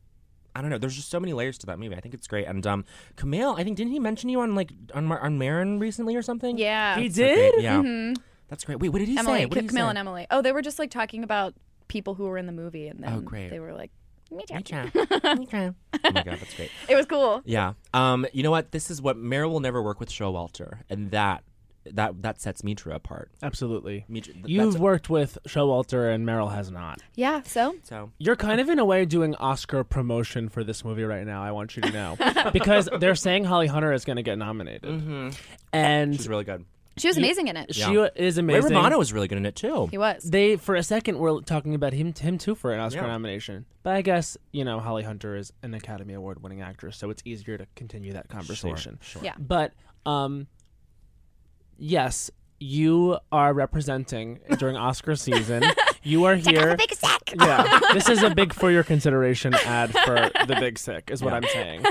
B: I don't know. There's just so many layers to that movie. I think it's great. And um, Camille, I think didn't he mention you on like on Mar- on Marin recently or something?
D: yeah. Mm-hmm.
A: he
B: That's
A: did.
B: great. Yeah, that's great. Wait, what did he
D: Emily,
B: say? What did he
D: Camille,
B: say?
D: and Emily. Oh, they were just like talking about people who were in the movie, and then
B: Oh, great.
D: they were like, "Me too."
B: Mitra. Mitra. Oh my god, that's great.
D: It was cool.
B: Yeah. Um, you know what? This is what Meryl will never work with Showalter, and that that that sets Mitra apart.
A: Absolutely.
B: Mitra, th-
A: You've
B: that's-
A: worked with Showalter and Meryl has not.
D: Yeah. So
B: so
A: You're kind of in a way doing Oscar promotion for this movie right now. I want you to know because they're saying Holly Hunter is going to get nominated, and
B: she's really good.
D: she was amazing in it.
A: she is
B: Ray
A: amazing.
B: Romano was really good in it too.
D: He was.
A: they for a second were talking about him him too for an Oscar
B: Yeah.
A: nomination. But I guess, you know, Holly Hunter is an Academy Award winning actress, so it's easier to continue that conversation.
B: Sure.
D: Yeah.
A: But um yes, you are representing during Oscar season. You are here.
D: Big sack.
A: Yeah. This is a big for your consideration ad for the big sick is what I'm saying.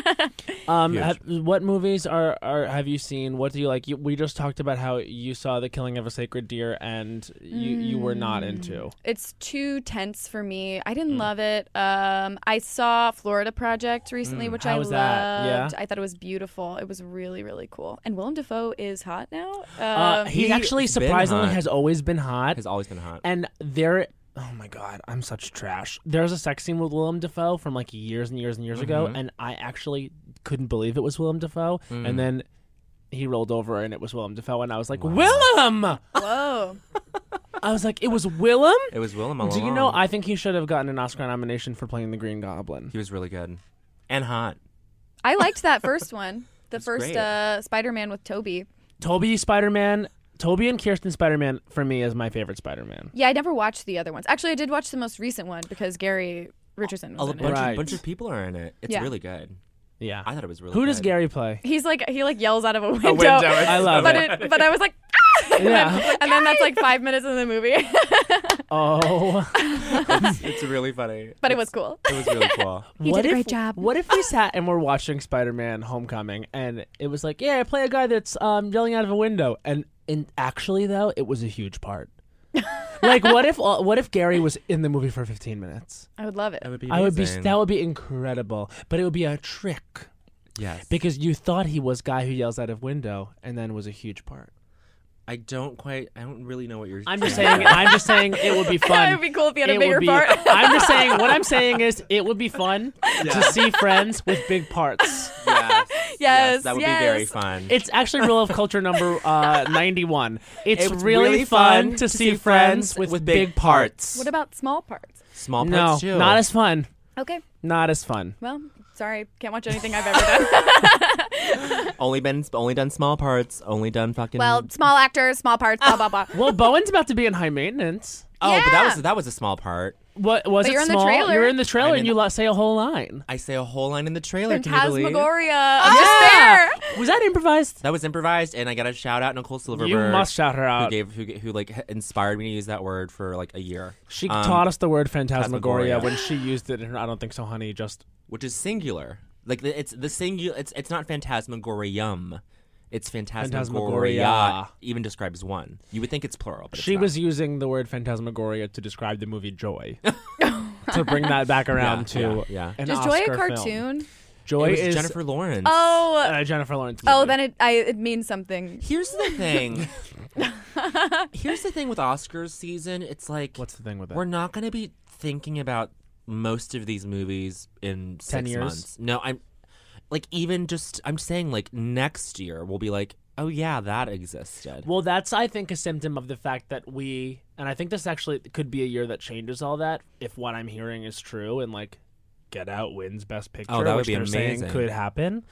A: Um
B: Huge.
A: have- what movies are, are have you seen? What do you like? You, we just talked about how you saw The Killing of a Sacred Deer and you you were not
B: Mm.
A: into. Mm.
D: It's too tense for me. I didn't love it. Um, I saw Florida Project recently, which
A: How
D: I
A: was
D: loved.
A: that? Yeah?
D: I thought it was beautiful. It was really, really cool. And Willem Dafoe is hot now. Um,
A: Uh, he
B: he's
A: actually
B: been
A: surprisingly
B: hot.
A: has always been hot,
B: Has always been hot.
A: and there. Oh my god, I'm such trash. There's a sex scene with Willem Dafoe from like years and years and years ago,
B: Mm-hmm.
A: and I actually couldn't believe it was Willem Dafoe.
B: Mm.
A: And then he rolled over, and it was Willem Dafoe, and I was like, Willem! I
D: Whoa.
A: was like, it was Willem.
B: it was Willem all
A: Do you know?
B: along.
A: I think he should have gotten an Oscar nomination for playing the Green Goblin.
B: he was really good and hot.
D: I liked that first one. The first
B: great.
D: uh, Spider-Man with Toby.
A: Toby Spider Man, Toby and Kirsten Spider Man for me is my favorite Spider Man.
D: Yeah, I never watched the other ones. Actually, I did watch the most recent one because Gary Richardson
B: A
D: was in
B: bunch,
D: it.
A: Right.
B: of, bunch of people are in it. It's
D: Yeah.
B: really good.
A: Yeah.
B: I thought it was really.
A: Who does
B: good.
A: Gary play?
D: He's like he like yells out of a window.
A: I love
D: but
A: it.
D: it, but I was like, ah! and,
A: Yeah.
D: then, and then that's like five minutes in the movie.
A: Oh.
B: It's really funny.
D: but it was cool.
B: It was really cool.
D: He
A: what
D: did a
A: if,
D: great job.
A: What if we sat and we're watching Spider-Man: Homecoming, and it was like, yeah, play a guy that's um, yelling out of a window, and and actually though, it was a huge part. like, what if all- what if Gary was in the movie for 15 minutes?
D: I would love it.
B: That would be.
A: I would be
B: amazing.
A: that would be incredible, but it would be a trick
B: Yes.
A: because you thought he was guy who yells out of window, and then was a huge part.
B: I don't quite. I don't really know what you're.
A: I'm just saying. I'm just saying it would be fun.
D: it would be cool if he had a
A: It would
D: bigger
A: be-
D: part.
A: I'm just saying. What I'm saying is, it would be fun to see friends with big parts.
B: Yes.
D: Yes,
B: That would be very
D: yes.
B: fun.
A: It's actually rule of culture number uh, 91. It's,
B: It's
A: really,
B: really
A: fun,
B: fun
A: to see friends with, big parts.
D: what about small parts?
B: Small
A: No,
B: parts too.
A: not as fun.
D: Okay.
A: Not as fun.
D: Well, sorry, can't watch anything I've ever done.
B: only been only done small parts. Only done fucking.
D: well, small actors, small parts, blah blah blah.
A: Well, Bowen's about to be in high maintenance.
B: oh, but that
D: yeah.
B: was that was a small part.
A: What was
D: But
A: it?
D: you're in the
A: small?
D: trailer.
A: You're in the trailer,
B: I'm
A: and
B: in-
A: you lot say a whole line.
B: I say a whole line in the Ah! trailer. Can you believe?
D: Phantasmagoria of
A: Yeah.
D: despair.
A: Was that improvised?
B: That was improvised, and I got to shout out Nicole Silverberg.
A: You must shout her
B: who
A: out.
B: gave who, who like h- inspired me to use that word for like a year.
A: She
B: Um,
A: taught us the word
B: Phantasmagoria.
A: phantasmagoria when she used it in her I don't think so, honey. Just
B: which is singular. Like the- it's the singular. It's it's not phantasmagorium. It's phantasmagoria,
A: Phantasmagoria.
B: even described as one. You would think it's plural, but it's
A: she
B: not.
A: was using the word phantasmagoria to describe the movie Joy. to bring that back around to
B: Oh, yeah, yeah.
A: an
D: Is Joy a
A: Oscar film.
D: cartoon?
A: Joy
B: It was
A: is
B: Jennifer Lawrence.
D: Oh,
A: uh, Jennifer Lawrence.
D: oh,
A: movie.
D: then it I, it means something.
B: Here's the thing. Here's the thing with Oscars season. It's like
A: What's the thing with that?
B: we're not going to be thinking about most of these movies in
A: Ten
B: six
A: years?
B: months. No, I'm like even just I'm saying like next year we'll be like, oh yeah, that existed.
A: Well, that's I think a symptom of the fact that we, and I think this actually could be a year that changes all that if what I'm hearing is true and like Get Out wins Best Picture,
B: Oh, that would
A: which
B: be
A: they're saying
B: amazing.
A: could happen.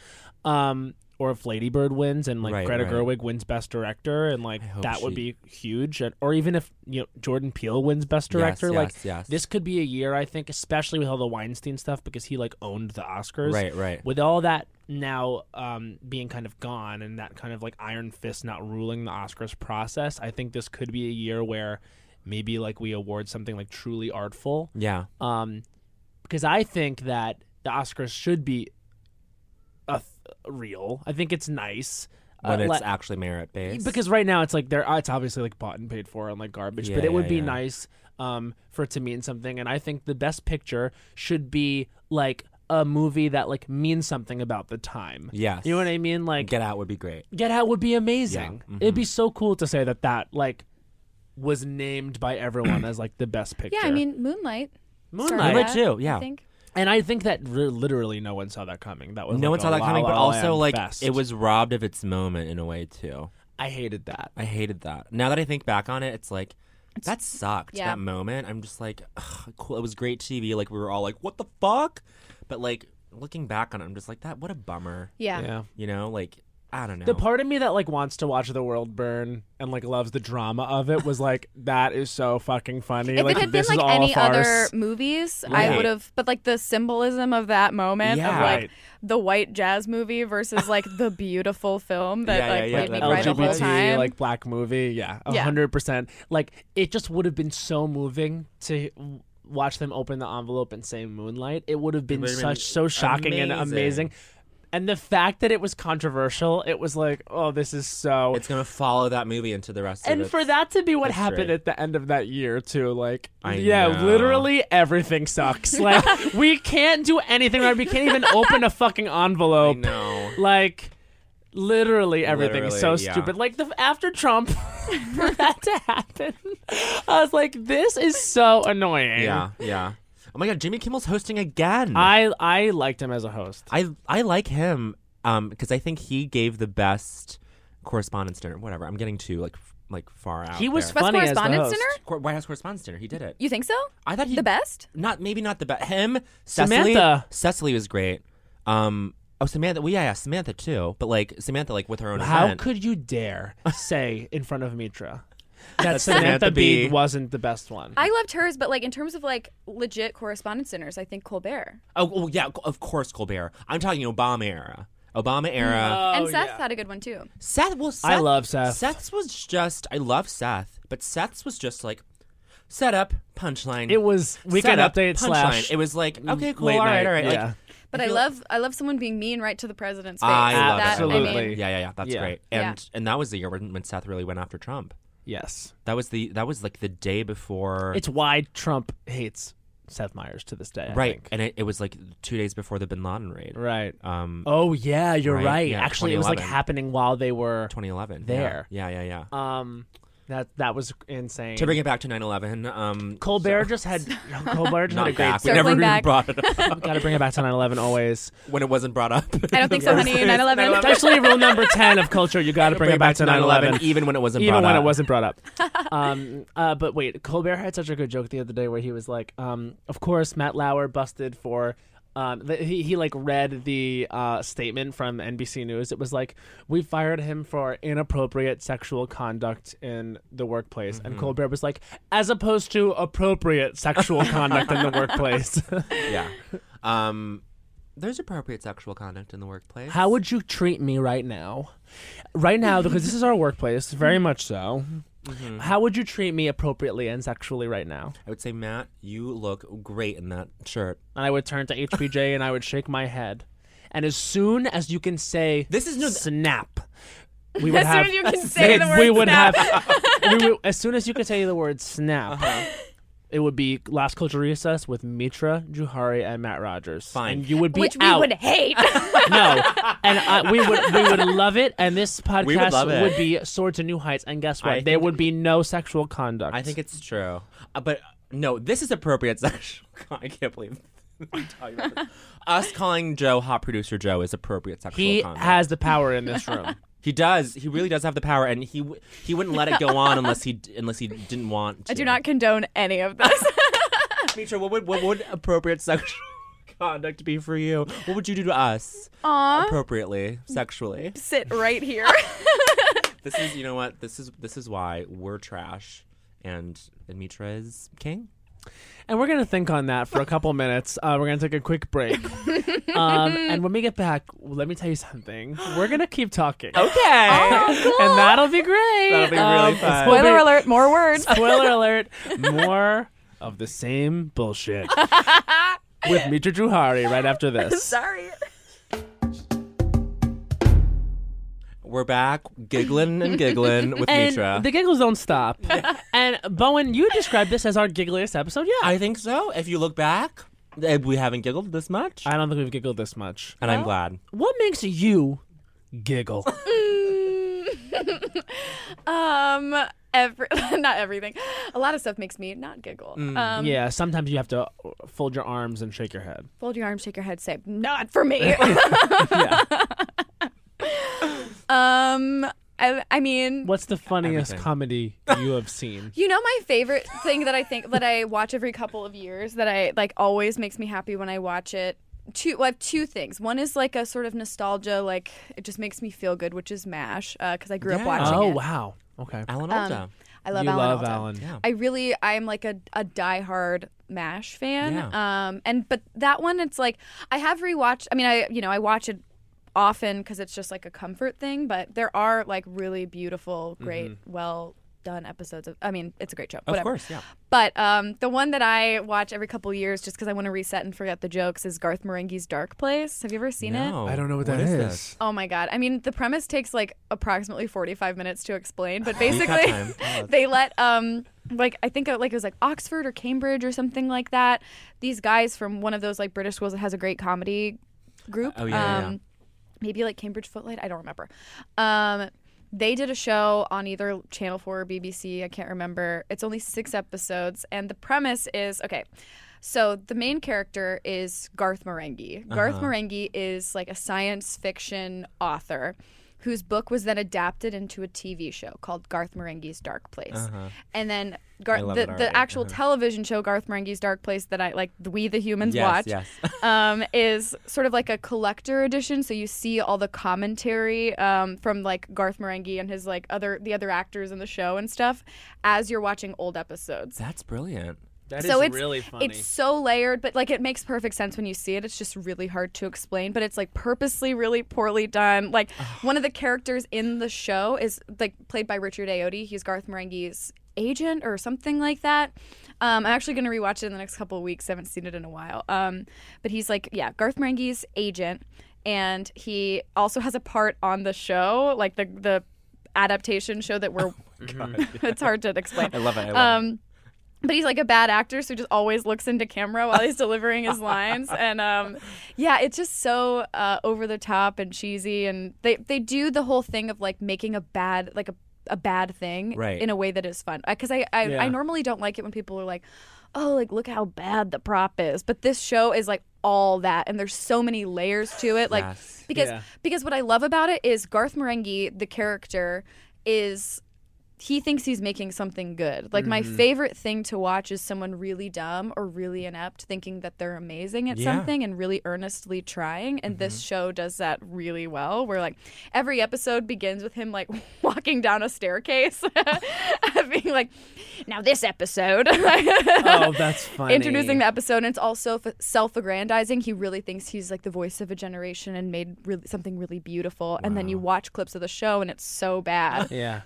A: Um, or if Lady Bird wins and like
B: Right,
A: Greta
B: right.
A: Gerwig wins Best Director, and like
B: hope
A: that would
B: she-
A: be huge. And, or even if you know Jordan Peele wins Best Director,
B: yes,
A: like
B: yes.
A: this could be a year I think, especially with all the Weinstein stuff because he like owned the Oscars,
B: right, right.
A: with all that now um, being kind of gone and that kind of like iron fist not ruling the Oscars process, I think this could be a year where maybe like we award something like truly artful.
B: Yeah.
A: Um, because I think that the Oscars should be a th- real. I think it's nice.
B: when
A: Uh,
B: it's
A: let-
B: actually merit based.
A: because right now it's like they're uh, it's obviously like bought and paid for and like garbage,
B: Yeah,
A: but it would
B: yeah,
A: be
B: yeah.
A: nice um, for it to mean something. And I think the best picture should be like a movie that like means something about the time.
B: yes,
A: You know what I mean? Like Get,
B: Get Out would be great.
A: Out would be amazing.
B: Yeah, Mm-hmm.
A: It'd be so cool to say that that like was named by everyone as like the best picture.
D: Yeah, I mean Moonlight.
A: Moonlight.
D: started
B: Moonlight
D: that,
B: too, yeah.
D: I think.
A: And I think that re- literally no one saw that coming. That was
B: no
A: like
B: one saw
A: a
B: that
A: La
B: coming,
A: La
B: but also
A: Land
B: like
A: fest.
B: it was robbed of its moment in a way too.
A: I hated that.
B: I hated that. Now that I think back on it, it's like that sucked.
D: yeah.
B: That moment, I'm just like, ugh, cool. It was great TV. Like we were all like, what the fuck? But like looking back on it, I'm just like, that what a bummer.
D: Yeah.
A: yeah.
B: You know, like I don't know.
A: The part of me that like wants to watch the world burn and like loves the drama of it was like that is so fucking funny.
D: If
A: like
D: it had been
A: this
D: like
A: is all
D: any
A: a farce.
D: other movies,
B: Right.
D: I would have. But like the symbolism of that moment
B: Yeah.
D: of like
A: Right.
D: the white jazz movie versus like the beautiful film that
B: Yeah,
D: like
B: yeah, yeah,
D: made me
B: that
D: cry the whole
B: LGBT,
D: time.
A: like black movie, yeah, a
D: Yeah.
A: hundred percent. Like it just would have been so moving to w- watch them open the envelope and say Moonlight. It would have been
B: would have
A: such
B: been
A: so shocking and
B: amazing.
A: amazing. And the fact that it was controversial, it was like, oh, this is so.
B: it's gonna follow that movie into the rest of
A: and
B: it.
A: for that to be what
B: history.
A: happened at the end of that year too like
B: I
A: yeah
B: know.
A: literally everything sucks like we can't do anything right we can't even open a fucking
B: I
A: envelope
B: know.
A: like literally everything is so
B: Literally, yeah.
A: stupid like the after trump for that to happen i was like this is so annoying
B: Yeah, yeah. Oh my god, Jimmy Kimmel's hosting again.
A: i i liked him as a host
B: I I like him um because I think he gave the best correspondence dinner. Whatever. I'm getting too like f- like far out.
A: he was
B: there.
D: Best
A: funny as the
D: Correspondence
A: host.
D: Dinner?
B: Cor- White House correspondence dinner. He did it.
D: you think so?
B: I thought he
D: the best?
B: Not maybe not the best. Him
A: Samantha.
B: Cecily. Cecily was great. Um. Oh Samantha. Well yeah, yeah Samantha too. But like Samantha like with her own.
A: How
B: event.
A: could you dare say in front of Mitra that
B: That
A: Samantha
B: Samantha
A: Bee
B: Bee-
A: wasn't the best one?
D: I loved hers, but like in terms of like legit correspondence dinners, I think Colbert
B: Oh well, yeah. Of course Colbert. I'm talking Obama era. Obama
A: Oh,
B: era.
D: and Seth had a good one too.
B: Seth. Well Seth.
A: Mm, uh, I love Seth.
B: Seth's was just. I love Seth. But Seth's was just like. Setup punchline.
A: It was Weekend
B: Setup,
A: Update slash.
B: punchline. It was like okay, cool,
A: late
B: all right,
A: night,
B: all right. Like,
A: yeah.
D: But I, love I love someone being mean right to the president's face.
B: I
D: That-
B: love
D: I
B: that.
A: Absolutely.
D: mean,
B: Yeah, yeah, yeah. That's
A: Yeah.
B: great.
D: Yeah.
B: And and that was the year when, when Seth really went after Trump.
A: yes,
B: That was the that was like the day before.
A: it's why Trump hates Seth Meyers to this day. I
B: right,
A: think.
B: and it, it was like two days before the Bin Laden raid.
A: right.
B: Um,
A: Oh yeah, you're right.
B: Right, yeah,
A: Actually, it was like
B: 2011.
A: happening while they were.
B: 2011.
A: There.
B: Yeah, yeah, yeah. yeah.
A: Um, that that was insane.
B: to bring it back to 9/11. Um,
A: Colbert just had Colbert just
B: not
A: had a great.
B: back. We
D: Circling
B: never even
D: back.
B: brought it up
A: Got to bring it back to 9/11 always.
B: when it wasn't brought up.
D: I don't think so, honey. 9/11.
A: It's actually rule number ten of culture. You got to bring, it back, to 9/11.
B: even when it wasn't
A: even
B: brought
A: when
B: up.
A: it wasn't brought up. um, uh, but wait, Colbert had such a good joke the other day where he was like, um, "Of course, Matt Lauer busted for Um, th- he, he like read the uh, statement from NBC News. It was like we fired him for inappropriate sexual conduct in the workplace, and Colbert was like, as opposed to appropriate sexual conduct in the workplace.
B: yeah. Um, there's appropriate sexual conduct in the workplace.
A: How would you treat me right now? Right now, because this is our workplace, very much so. How would you treat me appropriately and sexually right now?
B: I would say, Matt, you look great in that shirt.
A: And I would turn to HBJ and I would shake my head. And as soon as you can say
B: This is no-
A: snap, we would
D: As
A: have
D: soon as you can say the word
A: we would
D: snap.
A: have we would, as soon as you could say the word snap.
D: Uh-huh.
A: It would be Las Culturistas with Mitra Juhari and Matt Rogers.
B: Fine.
A: and you would be
D: which we
A: out.
D: would hate.
A: no, and uh, we would we would love it, and this
B: We would
A: podcast
B: love
A: would,
B: it.
A: be soared to new heights. And guess what?
B: I
A: there
B: think-
A: would be no sexual conduct.
B: I think it's true. Uh, but uh, no, this is appropriate sexual con- I can't believe. I'm talking about this. Us calling Joe hot producer Joe is appropriate sexual
A: he
B: conduct.
A: has the power in this room.
B: he does. He really does have the power, and he w- he wouldn't let it go on unless he d- unless he didn't want. To.
D: I do not condone any of this.
B: Mitra, what would what would appropriate sexual conduct be for you? What would you do to us
D: Aw,
B: appropriately, sexually?
D: sit right here.
B: This is you know what this is this is why we're trash, and and Mitra is king.
A: And we're going to think on that for a couple minutes. Uh, we're going to take a quick break. Um, and when we get back, let me tell you something. We're going to keep talking.
B: Okay.
A: And that'll be great.
B: That'll be really fun.
A: we'll
D: Spoiler
A: be-
D: alert, more words.
A: Spoiler alert. More of the same bullshit. With Mitra Juhari right after this.
D: Sorry.
B: We're back, giggling and giggling with
A: And
B: Mitra.
A: the giggles don't stop. and Bowen, you described this as our giggliest episode. Yeah.
B: I think so. If you look back, eh, we haven't giggled this much,
A: I don't think we've giggled this much.
B: and I'm glad.
A: What makes you giggle?
D: Um, every, not everything. A lot of stuff makes me not giggle. Um,
A: Mm. yeah, sometimes you have to uh, fold your arms and shake your head.
D: Fold your arms, shake your head, say, not for me.
A: Yeah.
D: um, I, I mean,
A: What's the funniest
B: Everything.
A: comedy you have seen?
D: You know my favorite thing that I think that I watch every couple of years that I like always makes me happy when I watch it. Two, well, I have two things. One is like a sort of nostalgia, like it just makes me feel good, which is Mash, because I grew
B: Yeah.
D: up watching
A: Oh
D: it. Um,
A: wow. Okay.
B: Alan Alda.
D: I love
A: you
D: Alan.
A: love
D: Alda.
A: Alan.
B: yeah.
D: I really, I'm like a, a diehard Mash fan.
B: Yeah.
D: Um, and but that one, it's like I have rewatched. I mean, I you know I watch it often because it's just like a comfort thing. But there are like really beautiful, great, well done episodes of. I mean, it's a great show.
B: Mm-hmm. Of
D: whatever.
B: course, yeah.
D: But um, the one that I watch every couple years, just because I want to reset and forget the jokes, is Garth Marenghi's Dark Place. Have you ever seen it?
B: No.
A: I don't know what that
B: is.
A: is.
B: this?
D: Oh my god! I mean, the premise takes like approximately forty-five minutes to explain, but
B: got
D: basically,
B: time. Tell us.
D: they let um, like I think it, like it was like Oxford or Cambridge or something like that. These guys from one of those like British schools that has a great comedy group. um,
B: Oh, yeah, yeah, yeah.
D: Maybe like Cambridge Footlight. I don't remember. Um, they did a show on either Channel Four or BBC. I can't remember. It's only six episodes, and the premise is okay. So the main character is Garth Marenghi.
B: Uh-huh.
D: Garth Marenghi is like a science fiction author whose book was then adapted into a TV show called Garth Marenghi's Dark Place. And then Gar-
B: Uh-huh. I love
D: the,
B: Uh-huh. it
D: the
B: already.
D: actual television show Garth Marenghi's Dark Place that I like we the humans
B: Yes,
D: watch
B: yes.
D: um, is sort of like a collector edition. So you see all the commentary um, from like Garth Marenghi and his like other the other actors in the show and stuff as you're watching old episodes
B: That's brilliant.
A: That
D: so it's It's so layered, but like it makes perfect sense when you see it. It's just really hard to explain, but it's like purposely really poorly done. Like one of the characters in the show is like played by Richard Ayoade. He's Garth Marenghi's agent or something like that. Um, I'm actually going to rewatch it in the next couple of weeks. I haven't seen it in a while. Um, but he's like, yeah, Garth Marenghi's agent, and he also has a part on the show, like the the adaptation show that we're. it's hard to explain.
B: I love it. I love it.
D: Um, but he's like a bad actor, so he just always looks into camera while he's delivering his lines. And um, yeah, it's just so uh, over the top and cheesy. And they, they do the whole thing of like making a bad like a, a bad thing
B: Right.
D: in a way that is fun. Because I I,
A: Yeah.
D: I normally don't like it when people are like, oh, like look how bad the prop is. But this show is like all that, and there's so many layers to it. Like
B: Yes.
D: because
A: Yeah.
D: because what I love about it is Garth Marenghi, the character, is he thinks he's making something good. Like my favorite thing to watch is someone really dumb or really inept thinking that they're amazing at
B: Yeah.
D: something and really earnestly trying. And this show does that really well. Where like every episode begins with him like walking down a staircase, being like, "Now this episode."
A: Oh, that's funny.
D: Introducing the episode, and it's also f- self-aggrandizing. He really thinks he's like the voice of a generation and made really, something really beautiful. And then you watch clips of the show, and it's so bad.
A: Yeah.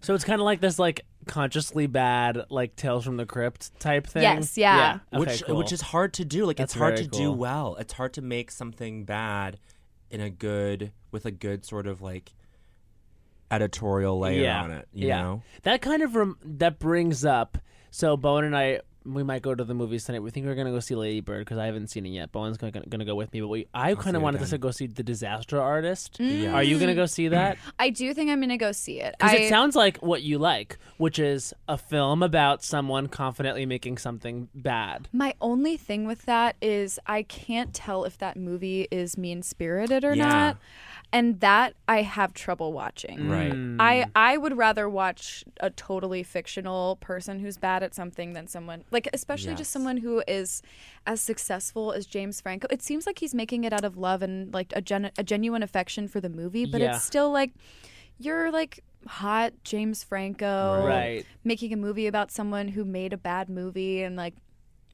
A: So it's kind of like this, like consciously bad, like Tales from the Crypt type thing.
D: Yes, yeah.
A: Okay,
B: which
A: cool.
B: which is hard to do. Like
A: That's
B: it's hard
A: very
B: to do
A: cool.
B: well. It's hard to make something bad in a good with a good sort of like editorial layer
A: Yeah,
B: on it. You
A: yeah.
B: know?
A: that kind of rem- that brings up. So Bowen and I, we might go to the movies tonight. We think we're gonna go see Lady Bird because I haven't seen it yet. Bowen's gonna, gonna go with me, but we I kind
B: see
A: of
B: it
A: wanted
B: again.
A: to go see The Disaster Artist.
B: Yeah.
A: Are you gonna go see that?
D: Mm. I do think I'm gonna go see it.
A: Because
D: I-
A: it sounds like what you like, which is a film about someone confidently making something bad.
D: my only thing with that is I can't tell if that movie is mean spirited or
B: Yeah.
D: not, and that I have trouble watching.
B: Right.
A: Mm.
D: I I would rather watch a totally fictional person who's bad at something than someone like especially
B: Yes.
D: just someone who is as successful as James Franco. It seems like he's making it out of love and like a gen- a genuine affection for the movie, but
A: Yeah.
D: it's still like you're like hot James Franco
A: Right.
D: making a movie about someone who made a bad movie and like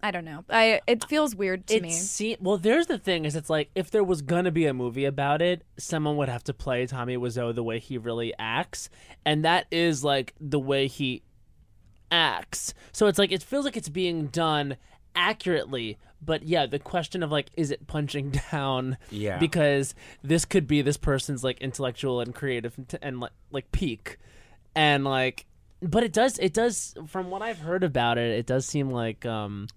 D: I don't know. I it feels weird to
A: It
D: me.
A: se- well, there's the thing is, it's like if there was gonna be a movie about it, someone would have to play Tommy Wiseau the way he really acts, and that is like the way he acts. So it's like it feels like it's being done accurately, but yeah, the question of like, is it punching down?
B: Yeah.
A: because this could be this person's like intellectual and creative and, and like, like peak, and like, but it does it does from what I've heard about it, it does seem like um.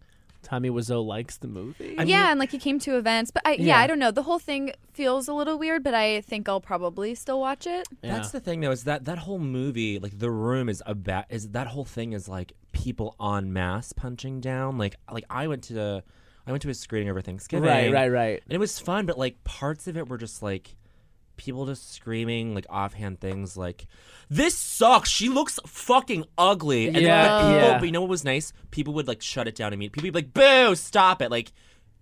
A: Tommy Wiseau likes the movie.
D: yeah, and like he came to events, but I, yeah,
A: Yeah.
D: I don't know. The whole thing feels a little weird, but I think I'll probably still watch it.
B: That's the thing though, is that that whole movie, like the room is about is that whole thing is like people en masse punching down. Like like I went to the I went to a screening over Thanksgiving.
A: Right, right, right.
B: And it was fun, but like parts of it were just like people just screaming like offhand things like this sucks she looks fucking ugly and then,
A: Yeah,
B: like, people,
A: yeah.
B: but you know what was nice people would like shut it down immediately people would be like boo stop it like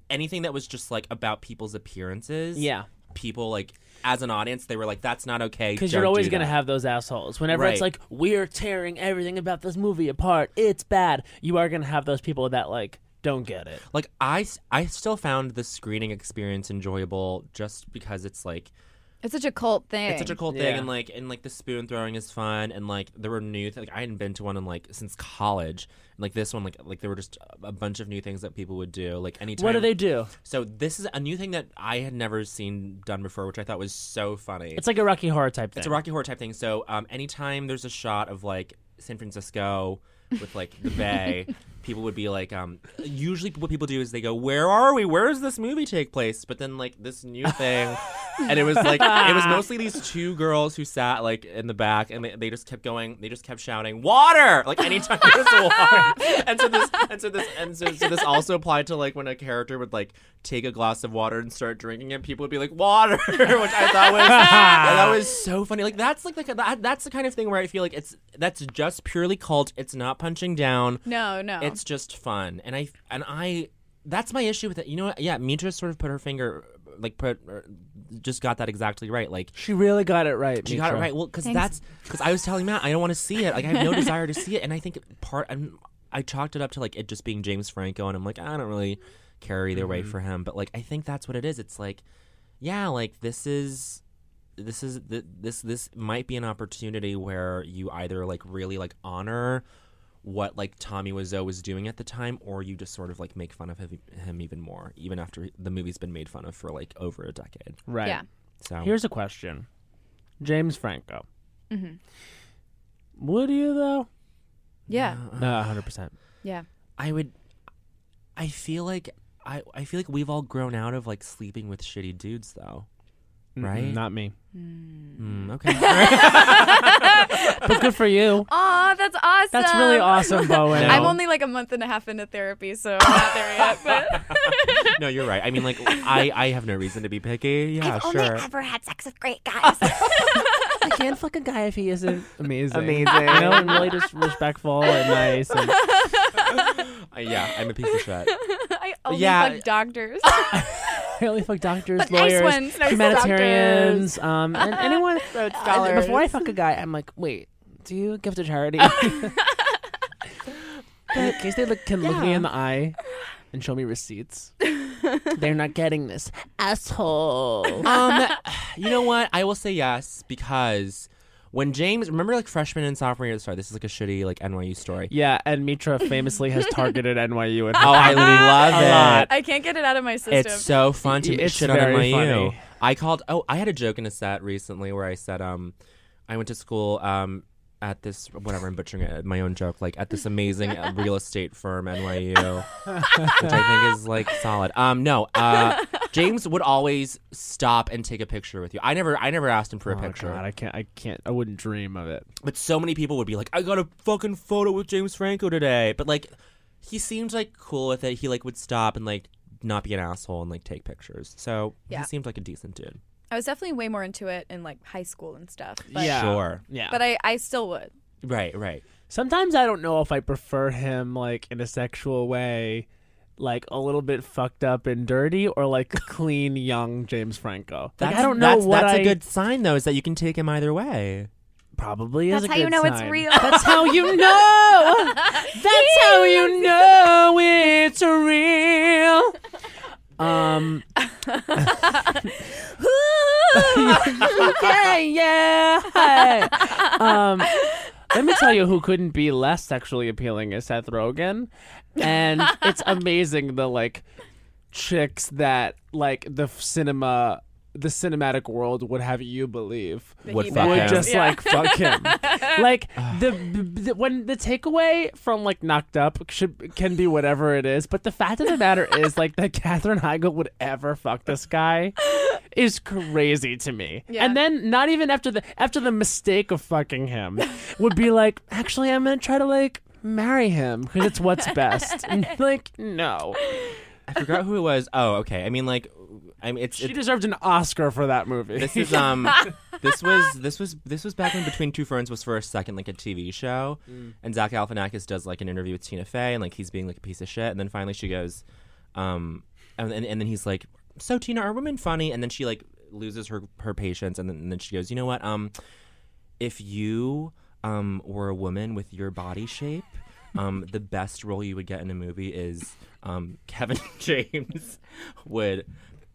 B: anything that was just like about people's appearances
A: Yeah.
B: people like as an audience they were like that's not okay
A: Because you're
B: don't
A: always
B: do
A: going to
B: that."
A: have those assholes. Whenever it's
B: Right.
A: like, we're tearing everything about this movie apart, it's bad, you are going to have those people that, like, don't get it.
B: like I, s- I still found the screening experience enjoyable just because it's like
D: It's such a cult thing.
B: it's such a cool thing
A: Yeah.
B: and like and like the spoon throwing is fun and like there were new th- like I hadn't been to one in like since college and like this one like like there were just a bunch of new things that people would do like anytime
A: What do they do?
B: so this is a new thing that I had never seen done before which I thought was so funny
A: It's like a Rocky Horror type thing.
B: it's a Rocky Horror type thing. So um, anytime there's a shot of like San Francisco with like the bay, people would be like, um, usually what people do is they go, "Where are we? Where does this movie take place?" But then like this new thing. And it was like it was mostly these two girls who sat like in the back, and they, they just kept going. They just kept shouting "water!" like anytime there was water. And so this, and so this, and so, so this also applied to like when a character would like take a glass of water and start drinking it. People would be like "water," which I thought was that was so funny. Like that's like the, that, that's the kind of thing where I feel like it's that's just purely cult. It's not punching down.
D: no, no.
B: It's just fun. And I and I that's my issue with it. You know what? Yeah, Mitra sort of put her finger like put er, just got that exactly right. Like
A: She really got it right.
B: she got it right. Well, because that's because I was telling Matt I don't want to see it. Like I have no desire to see it, and I think part I'm, I chalked it up to like it just being James Franco, and I'm like I don't really care either way for him. But like I think that's what it is. It's like yeah, like this is this is th- this this might be an opportunity where you either like really like honor what like Tommy Wiseau was doing at the time, or you just sort of like make fun of him, him even more, even after the movie's been made fun of for like over a decade.
A: Right.
D: Yeah.
B: So
A: Here's a question James Franco. Mm-hmm. Would you, though?
D: yeah,
A: Uh, 100%.
D: yeah.
B: I would. I feel like I. I feel like we've all grown out of like sleeping with shitty dudes, though.
A: Mm-mm,
B: Right?
A: Not me.
D: Mm-hmm.
B: Mm, okay.
A: But good for you.
D: Aw, that's awesome.
A: That's really awesome, Bowen.
B: No.
D: I'm only like a month and a half into therapy, so I'm not there yet. But
B: no, you're right. I mean, like, I, I have no reason to be picky. Yeah,
D: I've
B: sure.
D: only ever had sex with great guys.
A: I can't fuck a guy if he isn't amazing. Amazing. You know, and really just respectful and nice. And
B: Uh, yeah, I'm a piece of shit.
D: I only
B: Yeah.
D: fuck doctors.
A: I only fuck doctors,
D: But nice
A: lawyers,
D: ones, nice
A: humanitarians, um, and anyone.
D: Road
A: I- before I fuck a guy, I'm like, wait, do you give to charity? In case they look, can look me in the eye and show me receipts. They're not getting this asshole.
B: Um, you know what? I will say yes because when James, remember, like freshman and sophomore year. Sorry, this is like a shitty like NYU story.
A: Yeah, and Mitra famously has targeted NYU and
B: Oh, I love it.
A: lot.
D: I can't get it out of my system.
B: It's so fun to
A: It's
B: shit on NYU.
A: very funny.
B: I called. Oh, I had a joke in a set recently where I said, um, I went to school, um, at this whatever I'm butchering it, my own joke, like at this amazing uh, real estate firm NYU, which I think is like solid. Um, no, uh, James would always stop and take a picture with you. I never, I never asked him for a
A: Oh,
B: picture,
A: God, I can't. I can't. I wouldn't dream of it.
B: but so many people would be like, I got a fucking photo with James Franco today, but like, he seemed like cool with it. He like would stop and like. Not be an asshole and like take pictures. So
D: Yeah.
B: he seemed like a decent dude.
D: I was definitely way more into it in like high school and stuff. But,
A: Yeah.
B: Sure.
A: Yeah.
D: But I, I still would.
B: Right, right.
A: Sometimes I don't know if I prefer him like in a sexual way, like a little bit fucked up and dirty, or like clean young James Franco. Like, I don't know
B: that's,
A: what
B: that's
A: I
B: a good sign though, is that you can take him either way.
A: probably is.
D: That's
A: a
D: how you
A: good
D: know it's
A: sign.
D: real.
A: That's how you know. That's how you know it's real. Um. yeah, yeah. Um, let me tell you who couldn't be less sexually appealing is Seth Rogen, and it's amazing the like chicks that like the f- cinema, the cinematic world would have you believe
D: But
B: Would
D: he
B: fuck
A: would
D: backed
B: him.
A: just like fuck him. like the, the when the takeaway from like knocked up should can be whatever it is, but the fact of the matter is like that Katherine Heigl would ever fuck this guy is crazy to me.
D: Yeah.
A: And then not even after the after the mistake of fucking him would be like, actually, I'm gonna try to like marry him because it's what's best. like no,
B: I forgot who it was. Oh, okay. I mean like I mean it's,
A: she
B: it's
A: deserved an Oscar for that movie.
B: this is um this was this was this was back when Between Two Ferns was for a second like a TV show. And Zach Galifianakis does like an interview with Tina Fey and like he's being like a piece of shit and then finally she goes um and and, and then he's like, "So Tina, are women funny?" and then she like loses her her patience and then, and then she goes, "You know what? Um if you um, were a woman with your body shape, um, the best role you would get in a movie is um, Kevin James would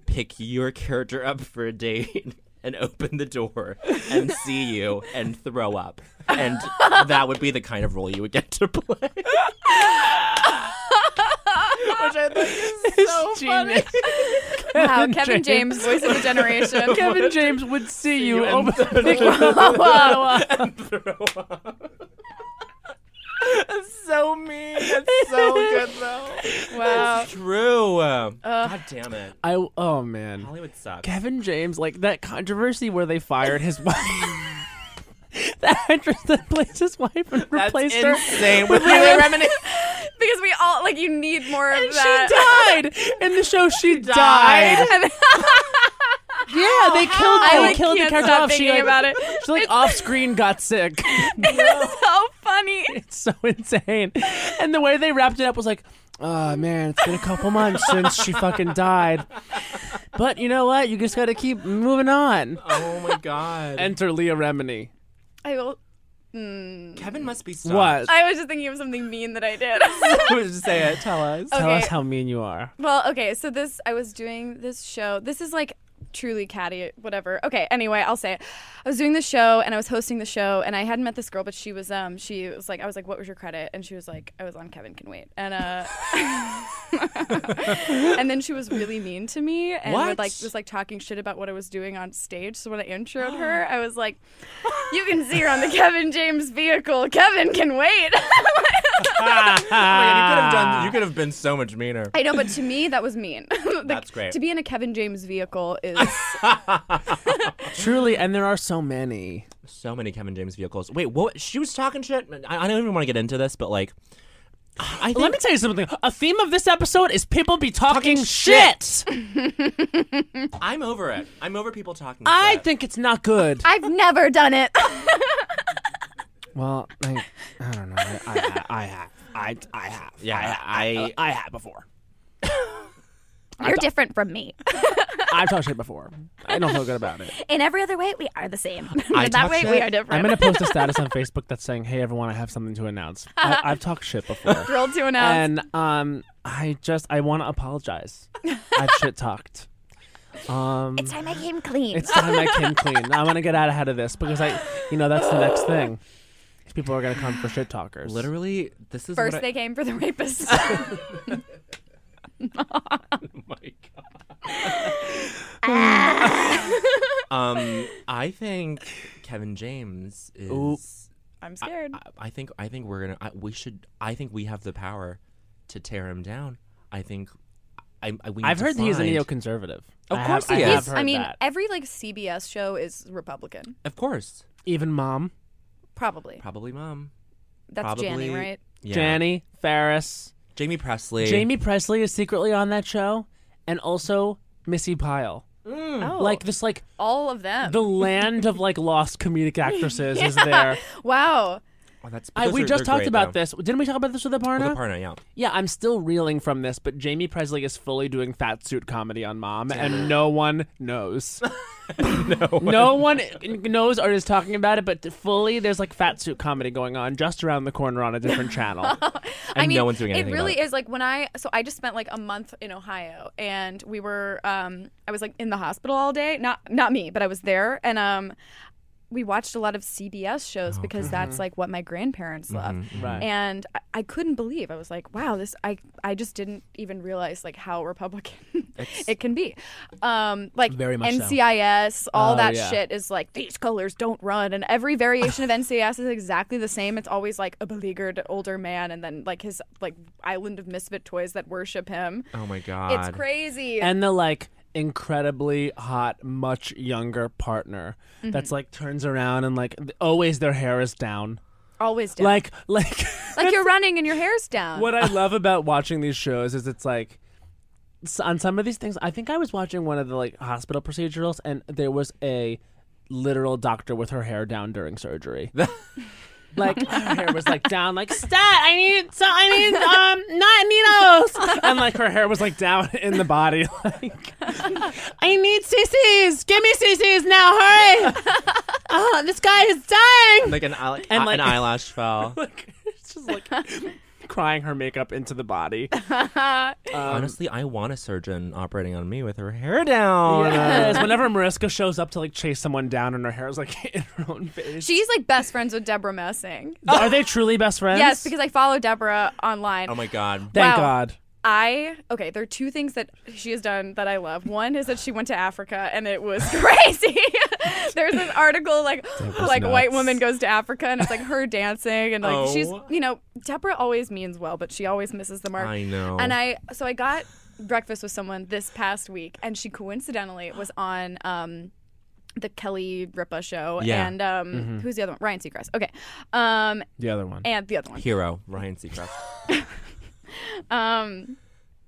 B: pick your character up for a date and open the door and see you and throw up. And that would be the kind of role you would get to play. Which I think is so funny.
A: genius.
D: Wow, Kevin James, voice of the generation.
A: Kevin James would see you.
B: and
A: over-
B: so mean. That's so good though.
D: wow.
B: It's true. God damn it.
A: I oh man.
B: Hollywood sucks.
A: Kevin James, like that controversy where they fired his wife. that actress that plays his wife and replaced her.
B: insane. With
D: Really
B: Lily
D: reminiscent. because we all like you need more of that.
A: She died in the show. She died.
D: And
A: Yeah, they killed.
D: I
A: They
D: like,
A: killed the
D: can't
A: character
D: stop
A: off. She
D: thinking
A: like,
D: about it.
A: She like off screen got sick.
D: it's so funny.
A: it's so insane. And the way they wrapped it up was like, oh man, it's been a couple months since she fucking died. But you know what? You just got to keep moving on.
B: Oh my god.
A: Uh, Enter Leah Remini.
D: I will. Mm.
B: Kevin must be stuck.
A: What?
D: I was just thinking of something mean that I did.
B: Say it. Tell us.
A: Tell
D: Okay.
A: us how mean you are.
D: well, okay, so this I was doing this show. This is like truly catty whatever. Okay, anyway, I'll say it. I was doing this show and I was hosting the show and I hadn't met this girl, but she was um she was like I was like, What was your credit? And she was like, I was on Kevin Can Wait. And uh and then she was really mean to me and
B: What?
D: would like was like talking shit about what I was doing on stage. So when I introed her, I was like, You can see her on the Kevin James vehicle. Kevin can wait.
B: Oh you could have done. You could have been so much meaner.
D: I know, but to me, that was mean. Like,
B: That's great.
D: To be in a Kevin James vehicle is
A: Truly, and there are so many.
B: So many Kevin James vehicles. Wait, what? She was talking shit. I, I don't even want to get into this, but like, I think
A: Let me tell you something. A theme of this episode is people be talking,
B: Talking
A: shit.
B: I'm over it. I'm over people talking.
A: I
B: shit.
A: think it's not good.
D: I've never done it.
A: well, I, I don't know. I, I, I have. I, I have.
B: Yeah, I.
A: I have before.
D: You're different from me.
A: I've talked shit before. I don't feel good about it.
D: In every other way, we are the same.
B: I
D: In that
B: talk
D: way,
B: shit.
D: we are different.
A: I'm gonna post a status on Facebook that's saying, "Hey everyone, I have something to announce. I, I've talked shit before,
D: thrilled to announce.
A: and um, I just I want to apologize. I've shit talked. Um,
D: it's time I came clean.
A: it's time I came clean. I want to get out ahead of this because I, you know, that's the next thing. If People are gonna come for shit talkers.
B: Literally, this is
D: First,
B: what I-
D: they came for the rapist.
B: Um, I think Kevin James is.
A: Ooh.
D: I'm scared.
B: I, I think I think we're gonna. I, we should. I think we have the power to tear him down. I think. I, I we. need
A: I've
B: to
A: heard that he's a
B: find-
A: neoconservative.
B: Of
A: I
B: course
A: have,
B: he
A: I
B: is.
A: have heard
D: I mean,
A: that.
D: every like CBS show is Republican.
B: Of course,
A: even mom,
D: Probably.
B: probably mom.
D: That's
B: probably-
D: Janny, right?
B: Yeah.
A: Janny Ferris,
B: Jamie Presley.
A: Jamie Presley is secretly on that show, and also Missy Pyle.
B: Hmm.
D: Oh,
A: Like this, like
D: all of them.
A: the land of like lost comedic actresses is there.
D: wow.
B: Oh, that's. but
A: I,
B: those
A: we
B: are-
A: just
B: they're
A: talked
B: great,
A: about
B: though.
A: this. Didn't we talk about this with
B: With
A: Aparna?
B: the partner, yeah.
A: yeah, I'm still reeling from this, but Jamie Presley is fully doing fat suit comedy on Mom, and no one knows. no, one. knows or is talking about it, but fully there's like fat suit comedy going on just around the corner on a different channel.
B: And
D: I mean,
B: no one's doing anything.
D: It
B: about
D: really is like when I so I just spent like a month in Ohio and we were um I was like in the hospital all day. Not not me, but I was there and um we watched a lot of CBS shows
B: Oh,
D: because that's like what my grandparents
B: Mm-hmm.
D: love.
A: Uh, right.
D: And I, I couldn't believe I was like, wow, this I I just didn't even realize like how Republican it can be. Um like
A: Very much so.
D: NCIS, all
A: Oh,
D: that
A: yeah.
D: shit is like these colors don't run and every variation of NCIS is exactly the same. It's always like a beleaguered older man and then like his like island of misfit toys that worship him.
B: Oh my god.
D: It's crazy.
A: and the like incredibly hot much younger partner that's
B: Mm-hmm.
A: like turns around and like th- always their hair is down
D: always down.
A: like like
D: Like you're running and your hair's down.
A: what i love about watching these shows is it's like s- on some of these things i think i was watching one of the like hospital procedurals and there was a literal doctor with her hair down during surgery like her hair was like down like stat i need so i need um not needles and like her hair was like down in the body like i need cc's give me cc's now hurry oh this guy is dying
B: like an, eyel-
A: And
B: uh,
A: like-
B: an eyelash fell.
A: like it's just like crying her makeup into the body Um,
B: Honestly, I want a surgeon operating on me with her hair down.
A: Yes, whenever Mariska shows up to like chase someone down and her hair is like in her own face
D: She's like best friends with Deborah Messing.
A: are they truly best friends
D: Yes, because I follow Deborah online.
B: Oh my god.
A: thank
D: Wow.
A: god
D: I okay, there are two things that she has done that I love. One is that she went to Africa and it was crazy. There's this article like like white
A: nuts.
D: woman goes to Africa and it's like her dancing and like she's
B: Oh.
D: you know, Deborah always means well, but she always misses the mark.
B: I know.
D: And I so I got breakfast with someone this past week and she coincidentally was on um the Kelly Ripa show
B: Yeah.
D: and um who's the other one? Ryan Seacrest. Okay. Um
A: the other one
D: and the other one.
B: Hero Ryan Seacrest.
D: um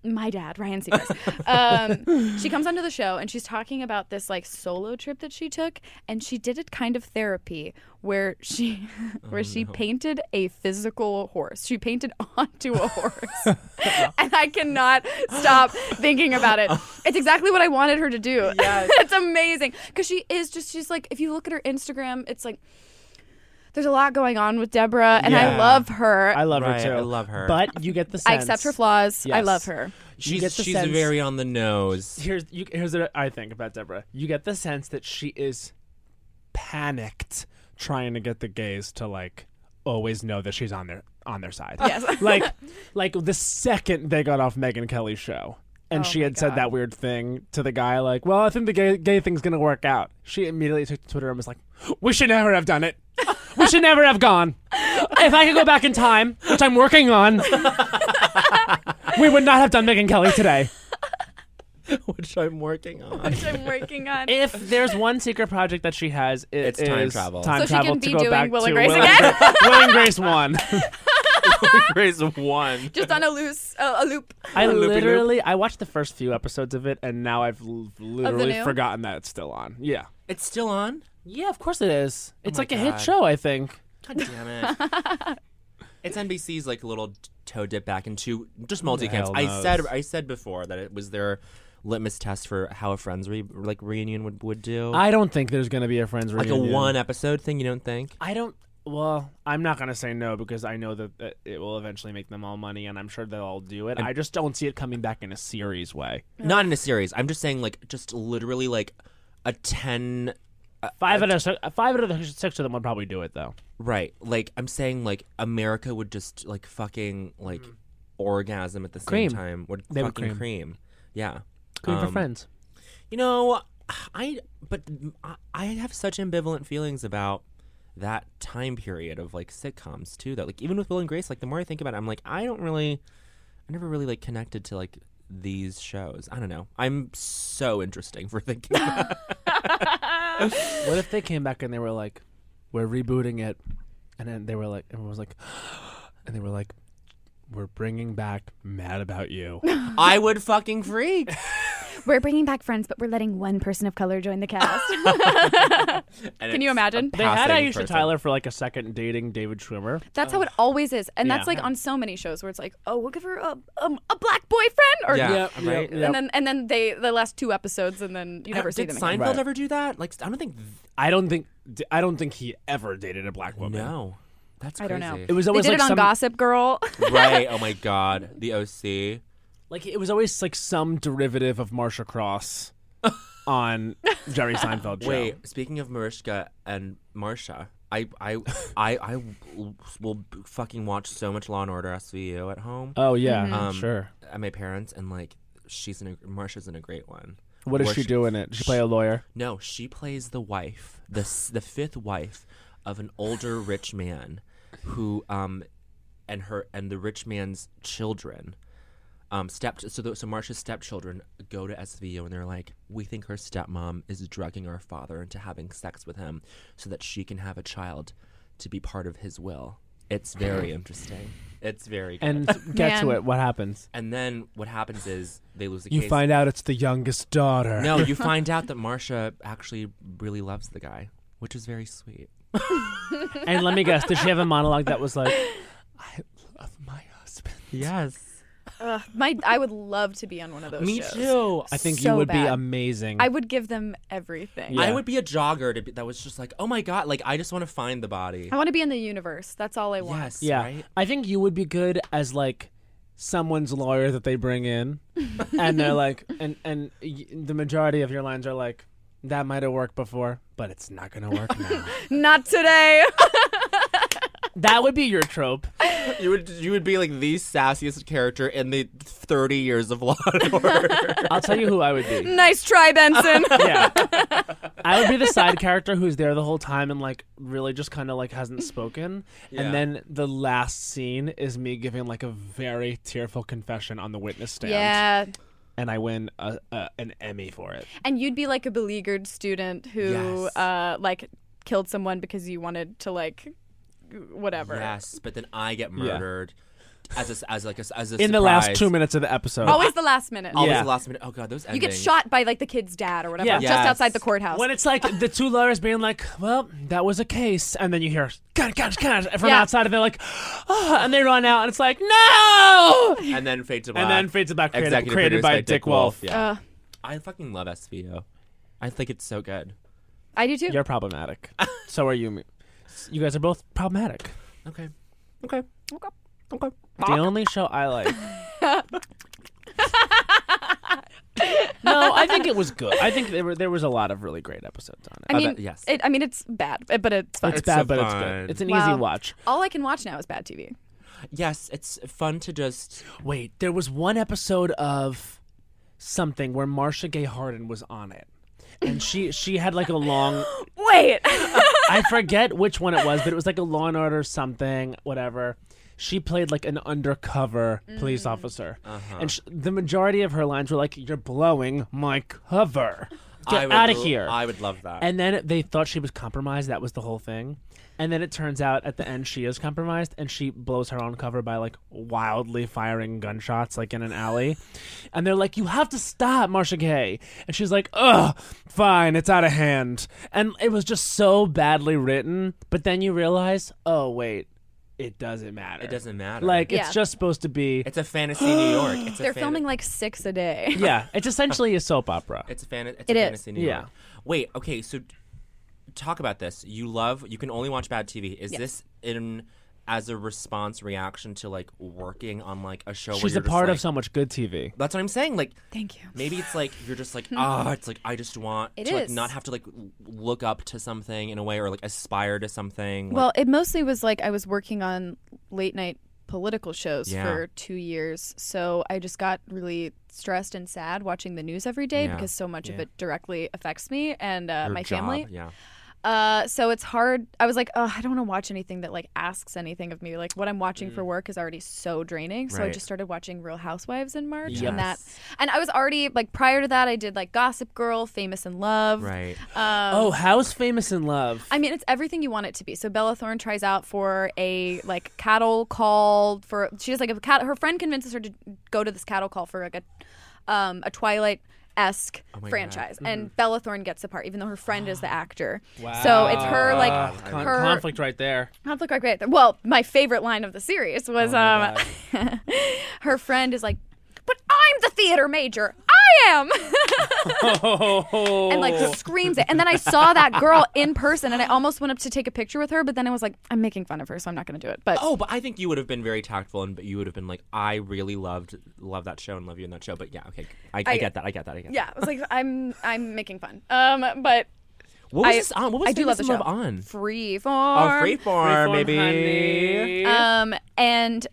D: my dad ryan seacrest um, she comes onto the show and she's talking about this like solo trip that she took and she did it kind of therapy where she where she painted a physical horse she painted onto a horse and i cannot stop thinking about it it's exactly what i wanted her to do it's amazing because she is just she's like if you look at her instagram it's like there's a lot going on with deborah and i
B: Yeah.
D: love her
A: i love
B: Right,
A: her too
B: I love her.
A: but you get the sense
D: I accept her flaws. I
A: Yes.
D: love her.
A: You
B: She's
A: get the
B: she's
A: sense-
B: very on the nose.
A: here's you, here's what I think about Deborah. You get the sense that she is panicked trying to get the gays to like always know that she's on their on their side.
D: Yes.
A: like like the second they got off Megan Kelly's show and she had said that weird thing to the guy like, "Well, I think the gay gay thing's going to work out." She immediately took to Twitter and was like, "We should never have done it." we should never have gone. If I could go back in time, which I'm working on, we would not have done Megan Kelly today.
B: which I'm working on.
D: which I'm working on.
A: If there's one secret project that she has, it
B: It's time
A: is
B: travel.
A: Time
D: So she
A: travel
D: can be
A: to go
D: doing
A: back
D: Will and
A: to
D: Grace
A: Will
D: again?
A: Will and Grace one.
B: Raise one.
D: Just on a loose uh, a loop.
A: I
B: Loopy loop.
A: literally, I watched the first few episodes of it, and now I've l- literally
D: new?
A: forgotten that it's still on. Yeah. Oh
B: It's still on.
A: Yeah, of course it is. It's
B: my
A: like a hit
B: God.
A: show, I think.
B: God damn it. it's NBC's like little toe dip back into just multi camps.
A: hell
B: I
A: knows?
B: said I said before that it was their litmus test for how a friends re- like reunion would, would do.
A: I don't think there's gonna be a Friends
B: like
A: reunion.
B: a one episode thing, you don't think?
A: I don't. Well, I'm not gonna say no because I know that, that it will eventually make them all money, and I'm sure they'll all do it. I just don't see it coming back in a series way.
B: Not in a series. I'm just saying like just literally like a 10
A: Five out of si- five out of the six of them would probably do it though.
B: Right. Like I'm saying like America would just like fucking like orgasm at the same
A: Mm. Cream.
B: time. Would
A: They would
B: fucking
A: cream.
B: Yeah.
A: Good for
B: Um,
A: Friends.
B: You know, I but I- I have such ambivalent feelings about that time period of like sitcoms too. That like even with Will and Grace, like the more I think about it, I'm like I don't really, I never really like connected to like these shows. I don't know. I'm so interesting for thinking. about it.
A: What if they came back and they were like, "We're rebooting it," and then they were like, everyone was like, and they were like, "We're bringing back Mad About You."
B: I would fucking freak.
D: We're bringing back friends, but we're letting one person of color join the cast.
B: And
D: Can you
B: it's
D: imagine?
B: a
A: They had
B: passing
A: Aisha
B: person.
A: Tyler for like a second dating David Schwimmer.
D: That's how it always is, and that's
A: Yeah.
D: like on so many shows where it's like, oh, we'll give her a um, a black boyfriend, or
B: Yeah. Yep, right.
D: and then and then they the last two episodes, and then you never
B: Did
D: see them.
B: Seinfeld
D: Again.
A: Right.
B: ever do that? Like I don't think.
A: I don't think I don't think he ever dated a black woman.
B: No, that's
D: I
B: crazy.
D: don't know.
A: It was
D: They
A: always
D: did
A: like
D: it on
A: some
D: Gossip Girl.
B: right. Oh my god. The OC.
A: like it was always like some derivative of Marsha Cross on Jerry Seinfeld show.
B: Wait, speaking of Mariska and Marsha, I I I I will b- fucking watch so much Law and Order SVU at home
A: Oh yeah,
D: Mm-hmm.
B: Um,
A: sure.
B: at my parents, and like she's in a, Marsha's in a great one.
A: What does
B: where
A: she
B: she-
A: do in it? Does She play a lawyer.
B: No, she plays the wife, the s- the fifth wife of an older rich man, who um, and her and the rich man's children, um, step so the, so Marsha's stepchildren go to SVU and they're like, we think her stepmom is drugging our father into having sex with him, so that she can have a child, to be part of his will. It's very interesting. It's very good.
A: And get to
D: Man.
A: it. What happens?
B: and then what happens is they lose the
A: You
B: case.
A: find out it's the youngest daughter.
B: No, you find out that Marsha actually really loves the guy, which is very sweet.
A: And let me guess, did she have a monologue that was like, "I love my husband"?
B: Yes.
D: Ugh, my, I would love to be on one of those.
B: Me
D: shows.
B: too.
A: I think you
D: So
A: would be
D: bad.
A: amazing.
D: I would give them everything.
A: Yeah.
B: I would be a jogger to be, that was just like, oh my god, like I just want to find the body.
D: I want to be in the universe. That's all I want.
B: Yes.
A: yeah,
B: Right?
A: I think you would be good as like someone's lawyer that they bring in, and they're like, and and y- the majority of your lines are like, "That might have worked before, but it's not gonna work now."
D: Not today.
A: that would be your trope.
B: You would you would be like the sassiest character in the thirty years of Law and Order.
A: I'll tell you who I would be.
D: nice try, Benson.
A: Yeah. I would be the side character who's there the whole time and like really just kind of like hasn't spoken.
B: Yeah.
A: And then the last scene is me giving like a very tearful confession on the witness stand.
D: yeah,
A: And I win a, a, an Emmy for it.
D: and you'd be like a beleaguered student who,
B: Yes.
D: uh, like, killed someone because you wanted to, like, whatever.
B: yes, but then I get murdered as a, as like a, as a
A: In the last
B: surprise.
A: two minutes of the episode.
D: Always the last minute.
B: Always
A: Yeah.
B: the last minute. Oh god, those
D: You
B: endings.
D: get shot by like the kid's dad or whatever,
A: Yeah.
D: just
B: Yes.
D: outside the courthouse.
A: When it's like the two lawyers being like, "Well, that was a case," and then you hear "God, God, God" from
D: Yeah.
A: outside, and they're like, "Oh," and they run out, and it's like, "No!"
B: and then fade to black.
A: And then fades to black, created,
B: Executive
A: created
B: produced
A: by Dick Wolf.
B: Yeah.
D: uh,
B: I fucking love SVO. I think it's so good.
D: I do too.
A: You're problematic. so are you. me. You guys are both problematic.
B: Okay. Okay.
D: Okay.
B: Okay.
A: The only show I like. no, I think it was good. I think there were there was a lot of really great episodes on it.
D: I mean,
B: that- yes.
D: it, I mean, it's bad, but it's fun.
A: it's,
B: it's
A: bad,
B: so
A: but it's
B: fun.
A: good. It's an
D: Wow.
A: easy watch.
D: All I can watch now is bad TV.
B: Yes, it's fun to just.
A: Wait, there was one episode of something where Marcia Gay Harden was on it, and she she had like a long
D: Wait,
A: I forget which one it was, but it was like a Law and Order something, whatever. She played like an undercover police officer,
B: Uh-huh.
A: and sh- the majority of her lines were like, "You're blowing my cover.
B: I
A: Get
B: would
A: out of
B: l-
A: here."
B: I would love that.
A: and then they thought she was compromised. That was the whole thing. And then it turns out at the end she is compromised, and she blows her own cover by like wildly firing gunshots like in an alley. And they're like, "You have to stop, Marsha Gay." And she's like, "Ugh, fine, it's out of hand." And it was just so badly written. But then you realize, oh wait, it doesn't matter.
B: it doesn't matter.
A: Like
D: Yeah.
A: it's just supposed to be.
B: it's a fantasy New York. It's a
D: They're
B: fan-
D: filming like six a day.
A: yeah, it's essentially a soap opera.
B: It's a fan. It's
D: It
B: a
D: is.
B: fantasy New
A: Yeah.
B: York. Wait. Okay. So, t- talk about this. You love. You can only watch bad TV. Is
D: Yes.
B: this in as a response reaction to like working on like a show? where
A: She's
B: you're
A: a part
B: just,
A: of so much good TV.
B: Like, that's what I'm saying. Like.
D: Thank you.
B: Maybe it's like you're just like ah, it's like I just want
D: Hmm. It
B: to like
D: is.
B: not have to like l- look up to something in a way or like aspire to something. like-
D: Well, it mostly was like I was working on late night political shows
B: Yeah.
D: for two years. So I just got really stressed and sad watching the news every day
B: Yeah.
D: because so much of
B: Yeah.
D: it directly affects me and uh,
B: your
D: my
B: job,
D: family.
B: Yeah.
D: Uh, so it's hard. I was like, oh, I don't want to watch anything that like asks anything of me. Like what I'm watching for work is already so draining. So
B: Mm.
D: I
B: Right.
D: just started watching Real Housewives in March,
B: Yes.
D: and that, and I was already like prior to that, I did like Gossip Girl, Famous in Love.
B: Right.
D: Um,
A: Oh, House Famous in Love.
D: I mean, it's everything you want it to be. So Bella Thorne tries out for a like cattle call for she does like a cat. Her friend convinces her to go to this cattle call for like a um, a Twilight esque
A: Oh
B: my God.
D: franchise, and Bella Thorne gets the part, even though her friend is the actor. So it's her like
A: Con-
D: her-
A: conflict right there.
D: conflict right great. Well, my favorite line of the series was
A: Oh my
D: um, her friend is like, "But I'm the theater major. I am."
A: Oh,
D: and like screams it. And then I saw that girl in person, and I almost went up to take a picture with her, but then I was like, I'm making fun of her, so I'm not going to do it. But
B: Oh, but I think you would have been very tactful, and but you would have been like, "I really loved love that show and love you in that show." But yeah, okay, I, I,
D: I-
B: get that. I get that. I get.
D: yeah, I was like, I'm I'm making fun. Um,
B: That.
D: but
B: What was
D: I-
B: this on? What was
D: I do love
B: Famous
D: the
B: in
D: show.
B: on?
D: free
B: Oh,
D: form.
B: Freeform, maybe.
A: Oh,
D: Um, and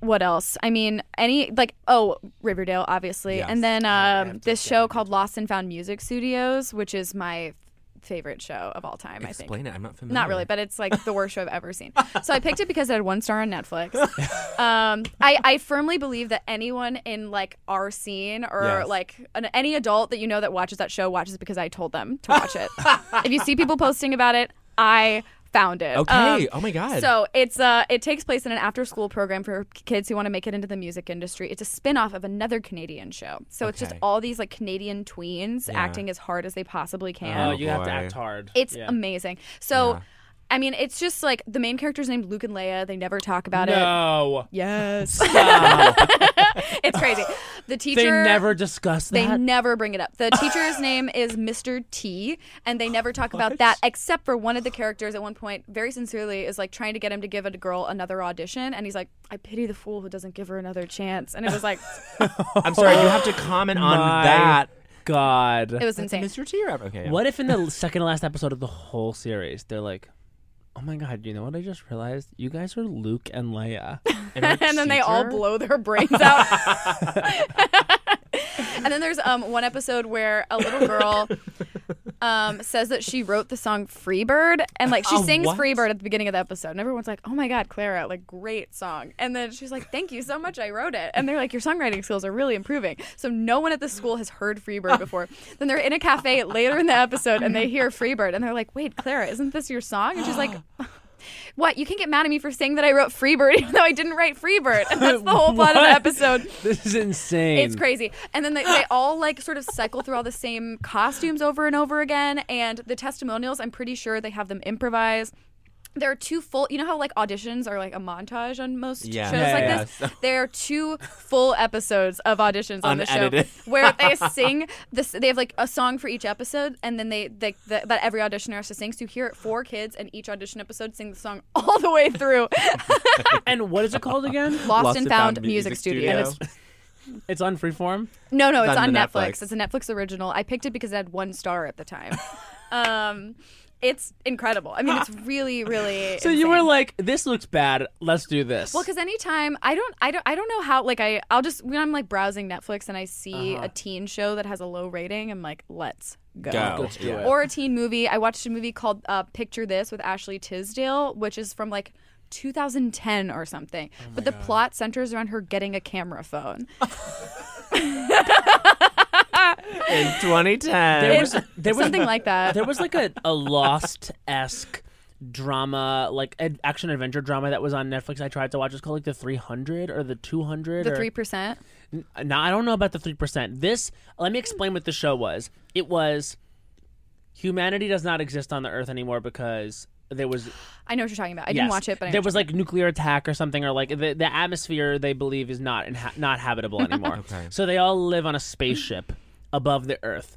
D: what else? I mean, any like oh Riverdale, obviously,
B: Yes.
D: and then um, this show called Lost and Found Music Studios, which is my favorite show of all time. I think.
B: Explain it. I'm not familiar.
D: Not really, but it's like the worst show I've ever seen. So I picked it because it had one star on Netflix. Um, I, I firmly believe that anyone in like our scene or
B: Yes.
D: like an, any adult that you know that watches that show watches it because I told them to watch it. if you see people posting about it, I found it. Um,
B: Okay. oh my god.
D: so it's uh, it takes place in an after-school program for kids who want to make it into the music industry. It's a spin-off of another Canadian show. So it's just
B: Okay.
D: all these like Canadian tweens
B: Yeah.
D: acting as hard as they possibly can.
A: Oh,
B: Oh,
A: you have
B: boy.
A: to act hard.
D: It's
A: Yeah.
D: amazing. So,
B: Yeah.
D: I mean, it's just like the main character's named Luke and Leia. They never talk about it.
A: no.
D: Yes,
A: Stop.
D: it's crazy. The teacher.
A: they never discuss
D: They
A: that.
D: never bring it up. The teacher's name is Mr. T, and they never talk about that except for one of the characters at one point, very sincerely, is like trying to get him to give a girl another audition, and he's like, "I pity the fool who doesn't give her another chance." And it was like,
B: I'm sorry. You have to comment on
A: Oh My
B: that.
A: God.
D: it was
B: That's
D: insane.
B: Mr. T. Rap. Okay. yeah.
A: What if in the second to last episode of the whole series they're like, "Oh my God, you know what I just realized? You guys are Luke and Leia."
B: her
D: and then they all
B: teacher?
D: blow their brains out. and then there's um, one episode where a little girl um, says that she wrote the song Freebird. And like she
B: Oh,
D: sings
B: what?
D: Freebird at the beginning of the episode. And everyone's like, oh my God, Clara, like great song. And then she's like, thank you so much. I wrote it. And they're like, your songwriting skills are really improving. So no one at the school has heard
B: Oh.
D: Freebird before. then they're in a cafe later in the episode and they hear Freebird. And they're like, wait, Clara, isn't this your song? And she's like, what? You can get mad at me for saying that I wrote Freebird even though I didn't write Freebird. And that's the whole plot of the
A: What?
D: episode.
A: this is insane.
D: It's crazy. And then they, they all like sort of cycle through all the same costumes over and over again. And the testimonials, I'm pretty sure they have them improvise. There are two full, you know how like auditions are like a montage on most
B: Yeah.
D: shows
A: Yeah,
D: like
A: yeah,
D: this? There are two full episodes of auditions on the show
B: Unedited.
D: where they sing this, they have like a song for each episode and then they, they the, that every auditioner has to sing. So you hear four kids in each audition episode sing the song all the way through.
A: And what is it called again?
D: Lost, and Found, Music, Studio.
A: And it's- It's on Freeform.
D: No, no, it's,
B: on
D: on
B: the
D: Netflix.
B: Netflix.
D: It's a Netflix original. I picked it because it had one star at the time. um, it's incredible. I mean, it's really, really.
A: So you were
D: insane.
A: like, this looks bad. Let's do this.
D: Well, because anytime I don't, I don't, I don't know how. Like I, I'll just when I'm like browsing Netflix and I see
A: Uh-huh.
D: a teen show that has a low rating, I'm like, let's go.
B: Go.
A: Let's do it.
D: Or a teen movie. I watched a movie called uh, Picture This with Ashley Tisdale, which is from like. 2010 or something,
A: Oh
D: but the plot centers around her getting a camera phone.
B: in 2010.
A: there was there was
D: Something like that.
A: there was like a, a lost esque drama like ad- action adventure drama that was on netflix i tried to watch it's called like the 300 or the 200
D: the
A: or-
D: three percent.
A: Now I don't know about the three percent. This let me explain what the show was. It was humanity does not exist on the Earth anymore because there was
D: I know what you're talking about. I
A: yes,
D: didn't watch it, but I know
A: there
D: what
A: was like nuclear attack or something, or like the, the atmosphere they believe is not inha- not habitable anymore.
B: Okay.
A: So they all live on a spaceship above the Earth,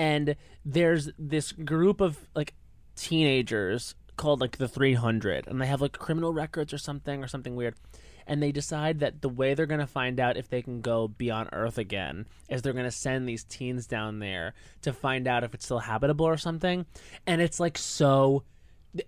A: and there's this group of like teenagers called like the 300, and they have like criminal records or something or something weird. And they decide that the way they're going to find out if they can go be on Earth again is they're going to send these teens down there to find out if it's still habitable or something. And it's like so,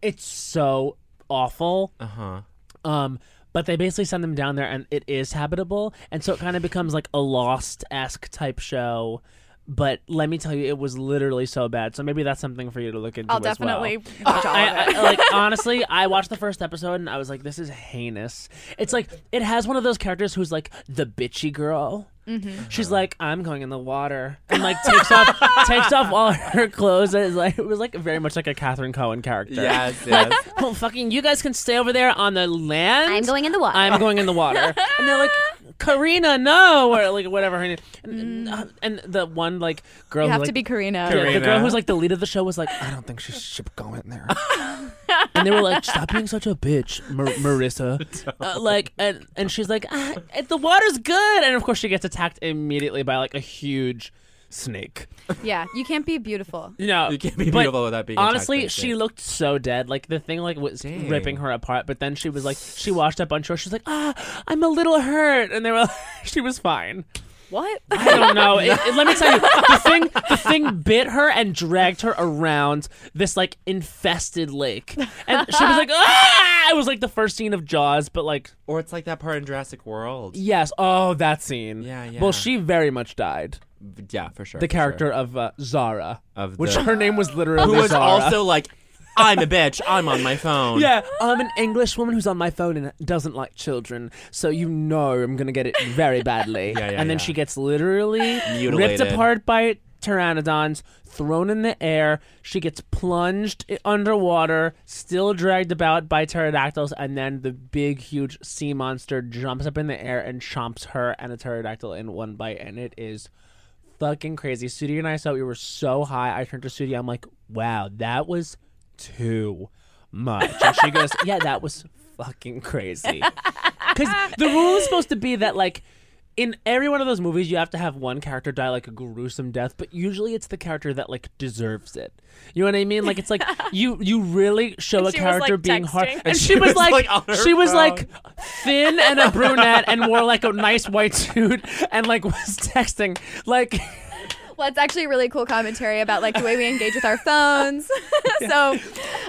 A: it's so awful.
B: uh huh.
A: Um, but they basically send them down there, and it is habitable, and so it kind of becomes like a Lost esque type show. But let me tell you, it was literally so bad. So maybe that's something for you to look into.
D: I'll
A: as well.
D: definitely watch all of it.
A: I, I, like honestly, I watched the first episode and I was like, "This is heinous." It's like it has one of those characters who's like the bitchy girl.
D: Mm-hmm.
A: She's like, "I'm going in the water," and like takes off takes off all her clothes. And is like it was like very much like a Catherine Cohen character.
B: Yes, yes.
A: Well, Oh, fucking, you guys can stay over there on the land.
G: I'm going in the water.
A: I'm going in the water. and they're like, Karina, no, or like whatever her name. And, uh, and the one like girl,
D: You
A: who,
D: have
A: like,
D: to be Karina.
A: yeah, the girl
B: Karina.
A: who's like the lead of the show was like, I don't think she should go in there. and they were like, stop being such a bitch, Mar- Marissa. Uh, like, and and she's like, ah, it- the water's good. And of course, she gets attacked immediately by like a huge snake.
D: Yeah, you can't be beautiful.
A: No,
B: You can't be
A: but
B: beautiful without being. attacked by
A: Honestly,
B: a
A: she
B: snake.
A: looked so dead. Like the thing, like was
B: Dang.
A: ripping her apart. But then she was like, she washed up on shore. She's like, ah, I'm a little hurt, and they were, like, she was fine.
D: What?
A: I don't know. It- it- let me tell you, the thing, the thing bit her and dragged her around this like infested lake, and she was like, ah! It was like the first scene of Jaws, but like,
B: Or it's like that part in Jurassic World.
A: yes, oh, that scene.
B: Yeah, yeah.
A: Well, she very much died.
B: Yeah, for sure.
A: The
B: for sure.
A: character of uh, Zara,
B: Of
A: which
B: the-
A: her name was literally
B: who was
A: Zara.
B: also like, "I'm a bitch. I'm on my phone."
A: Yeah, I'm an English woman who's on my phone and doesn't like children, so you know I'm gonna get it very badly.
B: Yeah, yeah,
A: and then
B: yeah.
A: she gets literally
B: Mutilated.
A: ripped apart by pteranodons, thrown in the air. She gets plunged i- underwater, still dragged about by pterodactyls, and then the big, huge sea monster jumps up in the air and chomps her and a pterodactyl in one bite, and it is fucking crazy. Sudi and I saw it, we were so high. I turned to Sudi. I'm like, wow, that was too much. And she goes, yeah, that was fucking crazy. Because the rule is supposed to be that like. In every one of those movies, you have to have one character die like a gruesome death, but usually it's the character that like deserves it. You know what I mean? Like it's like you you really show a
D: she was,
A: character
D: like,
A: being hard,
D: texting.
A: and, she, was, like,
B: on her
A: she was
B: phone.
A: like thin and a brunette and wore like a nice white suit and like was texting like
D: Well, it's actually a really cool commentary about like the way we engage with our phones. so, I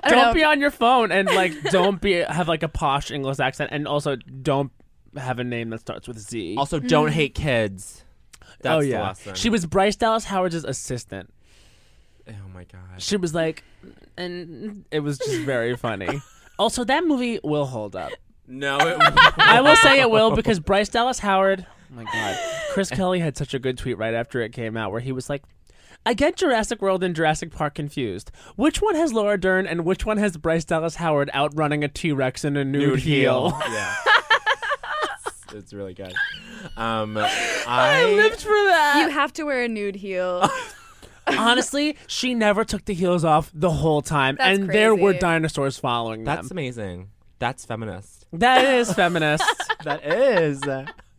D: don't,
A: don't
D: know.
A: be on your phone and like don't be have like a posh English accent and also don't have a name that starts with Z.
B: Also, don't
D: Mm.
B: hate kids. Oh, That's
A: oh
B: the
A: yeah,
B: lesson.
A: she was Bryce Dallas Howard's assistant.
B: Oh my god.
A: She was like, and it was just very funny. also, that movie will hold up.
B: No. It,
A: I will say it will because Bryce Dallas Howard. Oh my God, Chris Kelly had such a good tweet right after it came out where he was like. I get Jurassic World and Jurassic Park confused. Which one has Laura Dern and which one has Bryce Dallas Howard outrunning a T Rex in a nude, heel?
B: yeah. It's- It's really good. Um, I,
A: for that.
D: you have to wear a nude heel.
A: Honestly, she never took the heels off the whole time,
D: That's
A: and there were
D: crazy.
A: dinosaurs following
B: That's
A: them.
B: amazing. That's feminist.
A: That is feminist.
B: That is.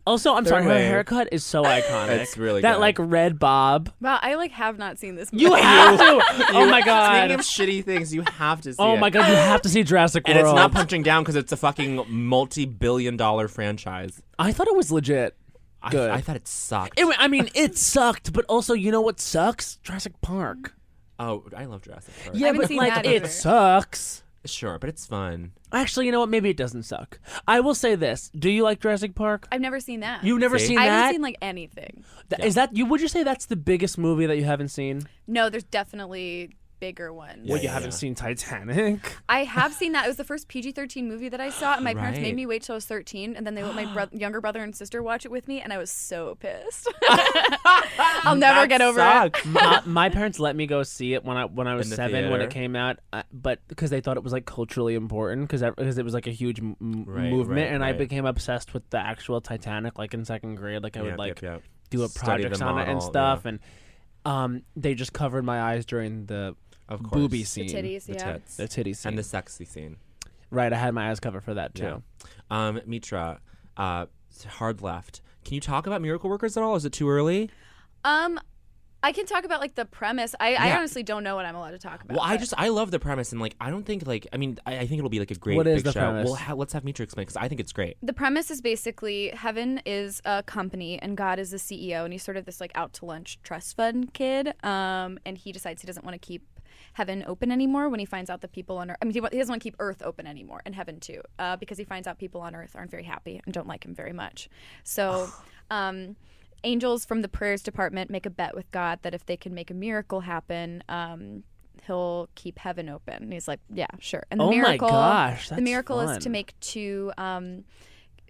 A: also, I'm sorry, her
B: way.
A: haircut is so iconic.
B: It's really
A: that
B: good.
A: like red bob.
D: wow, I like have not seen this. Movie.
A: You have to. Oh my god.
B: Speaking of shitty things, you have to see.
A: Oh
B: it.
A: my god, you have to see Jurassic
B: And
A: World.
B: it's not punching down because it's a fucking multi-billion-dollar franchise.
A: I thought it was legit. Good.
B: I, I thought it sucked.
A: It, I mean, it sucked, but also, you know what sucks? Jurassic Park.
B: Oh, I love Jurassic Park.
D: Yeah, I haven't but, seen like, that either.
A: it sucks.
B: Sure, but it's fun.
A: Actually, you know what? Maybe it doesn't suck. I will say this: Do you like Jurassic Park?
D: I've never seen that.
A: You've never
B: See?
A: seen
D: I
A: that?
D: haven't seen like anything.
A: Th- Is that you? Would you say that's the biggest movie that you haven't seen?
D: No, there's definitely bigger ones.
B: Yeah,
A: well, you
B: yeah,
A: haven't
B: yeah.
A: seen Titanic.
D: I have seen that. It was the first PG 13 movie that I saw, and my parents
B: Right.
D: made me wait till I was 13, and then they let my bro- younger brother and sister watch it with me, and I was so pissed. I'll never get over it.
A: my, my parents let me go see it when I when I was
B: In the
A: seven when
B: theater?
A: it came out, uh, but because they thought it was like culturally important because because it was like a huge m- m-
B: Right,
A: movement,
B: right,
A: and I
B: right.
A: became obsessed with the actual Titanic like in second grade. Like I would
B: Yep, yep,
A: like
B: yep.
A: do a
B: Study the
A: projects on it and
B: model,
A: stuff, and um they just covered my eyes during the
B: Of course.
A: booby scene,
D: The titties,
B: The
D: yeah.
B: tits.
A: the titty scene.
B: and the sexy scene.
A: right, I had my eyes covered for that too.
B: Yeah. Um, Mitra, uh, hard left. Can you talk about Miracle Workers at all? Is it too early?
D: Um, I can talk about like the premise. I, I
B: Yeah.
D: honestly don't know what I'm allowed to talk about.
B: Well, I
D: but-
B: just I love the premise and like I don't think like I mean I, I think it'll be like a great
A: What is
B: big
A: the
B: show.
A: premise?
B: Well, ha- let's have Mitra explain because I think it's great.
D: the premise is basically heaven is a company and god is the ceo and he's sort of this like out to lunch trust fund kid um, and he decides he doesn't want to keep heaven open anymore when he finds out the people on earth i mean he, wa- he doesn't want to keep earth open anymore and heaven too uh, because he finds out people on earth aren't very happy and don't like him very much so um, angels from the prayers department make a bet with god that if they can make a miracle happen um, he'll keep heaven open and he's like yeah sure and the
A: Oh my
D: miracle
A: gosh,
D: the
A: that's
D: miracle
A: fun.
D: is to make two um,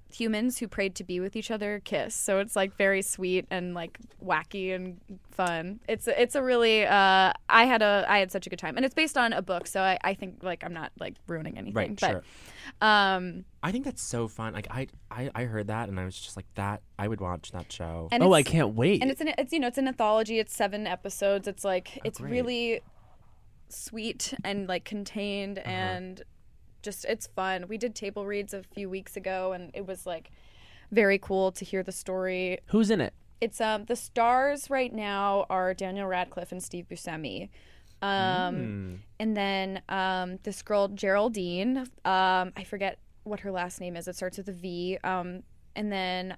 D: humans who prayed to be with each other kiss. So it's like very sweet and like wacky and fun. It's it's a really uh, I had a I had such a good time, and it's based on a book, so I, I think like I'm not like ruining anything.
B: Right,
D: but,
B: sure.
D: Um,
B: I think that's so fun. Like I, I I heard that and I was just like that I would watch that show.
D: and
A: Oh, I
D: it's-
A: can't wait.
D: And it's an it's you know it's an anthology. It's seven episodes. It's like it's
B: great.
D: really sweet and like contained and just it's fun. We did table reads a few weeks ago, and it was like very cool to hear the story
A: Who's in it?
D: It's um the stars right now are Daniel Radcliffe and Steve Buscemi. Um
B: Hmm.
A: Hmm.
D: and then um this girl Geraldine, um I forget what her last name is. It starts with a V. Um and then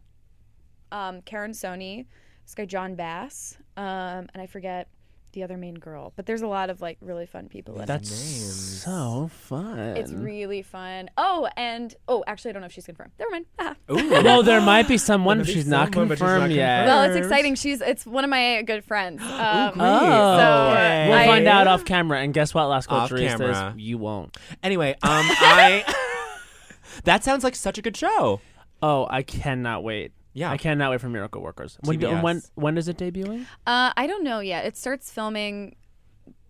D: um Karen Sony, this guy John Bass, um and I forget the other main girl. But there's a lot of like really fun people in it.
A: That's
B: names.
A: so fun.
D: It's really fun. Oh, and oh, actually I don't know if she's confirmed. Never mind.
A: Oh,
D: Ah.
A: well, there might be someone.
B: There might be
A: She's not
B: someone, but
A: confirmed
B: she's not
A: yet.
D: Well, it's
B: Herbs.
D: exciting. She's it's one of my good friends. Um,
B: great.
A: Oh.
D: So, uh,
B: Okay.
A: We'll
D: I-
A: find out off camera, and guess what? Last
B: Off
A: Culturista
B: camera.
A: is you won't.
B: Anyway, um, I that sounds like such a good show.
A: Oh, I cannot wait.
B: Yeah.
A: I cannot wait for Miracle Workers. When
B: TBS.
A: when when is it debuting?
D: Uh, I don't know yet. It starts filming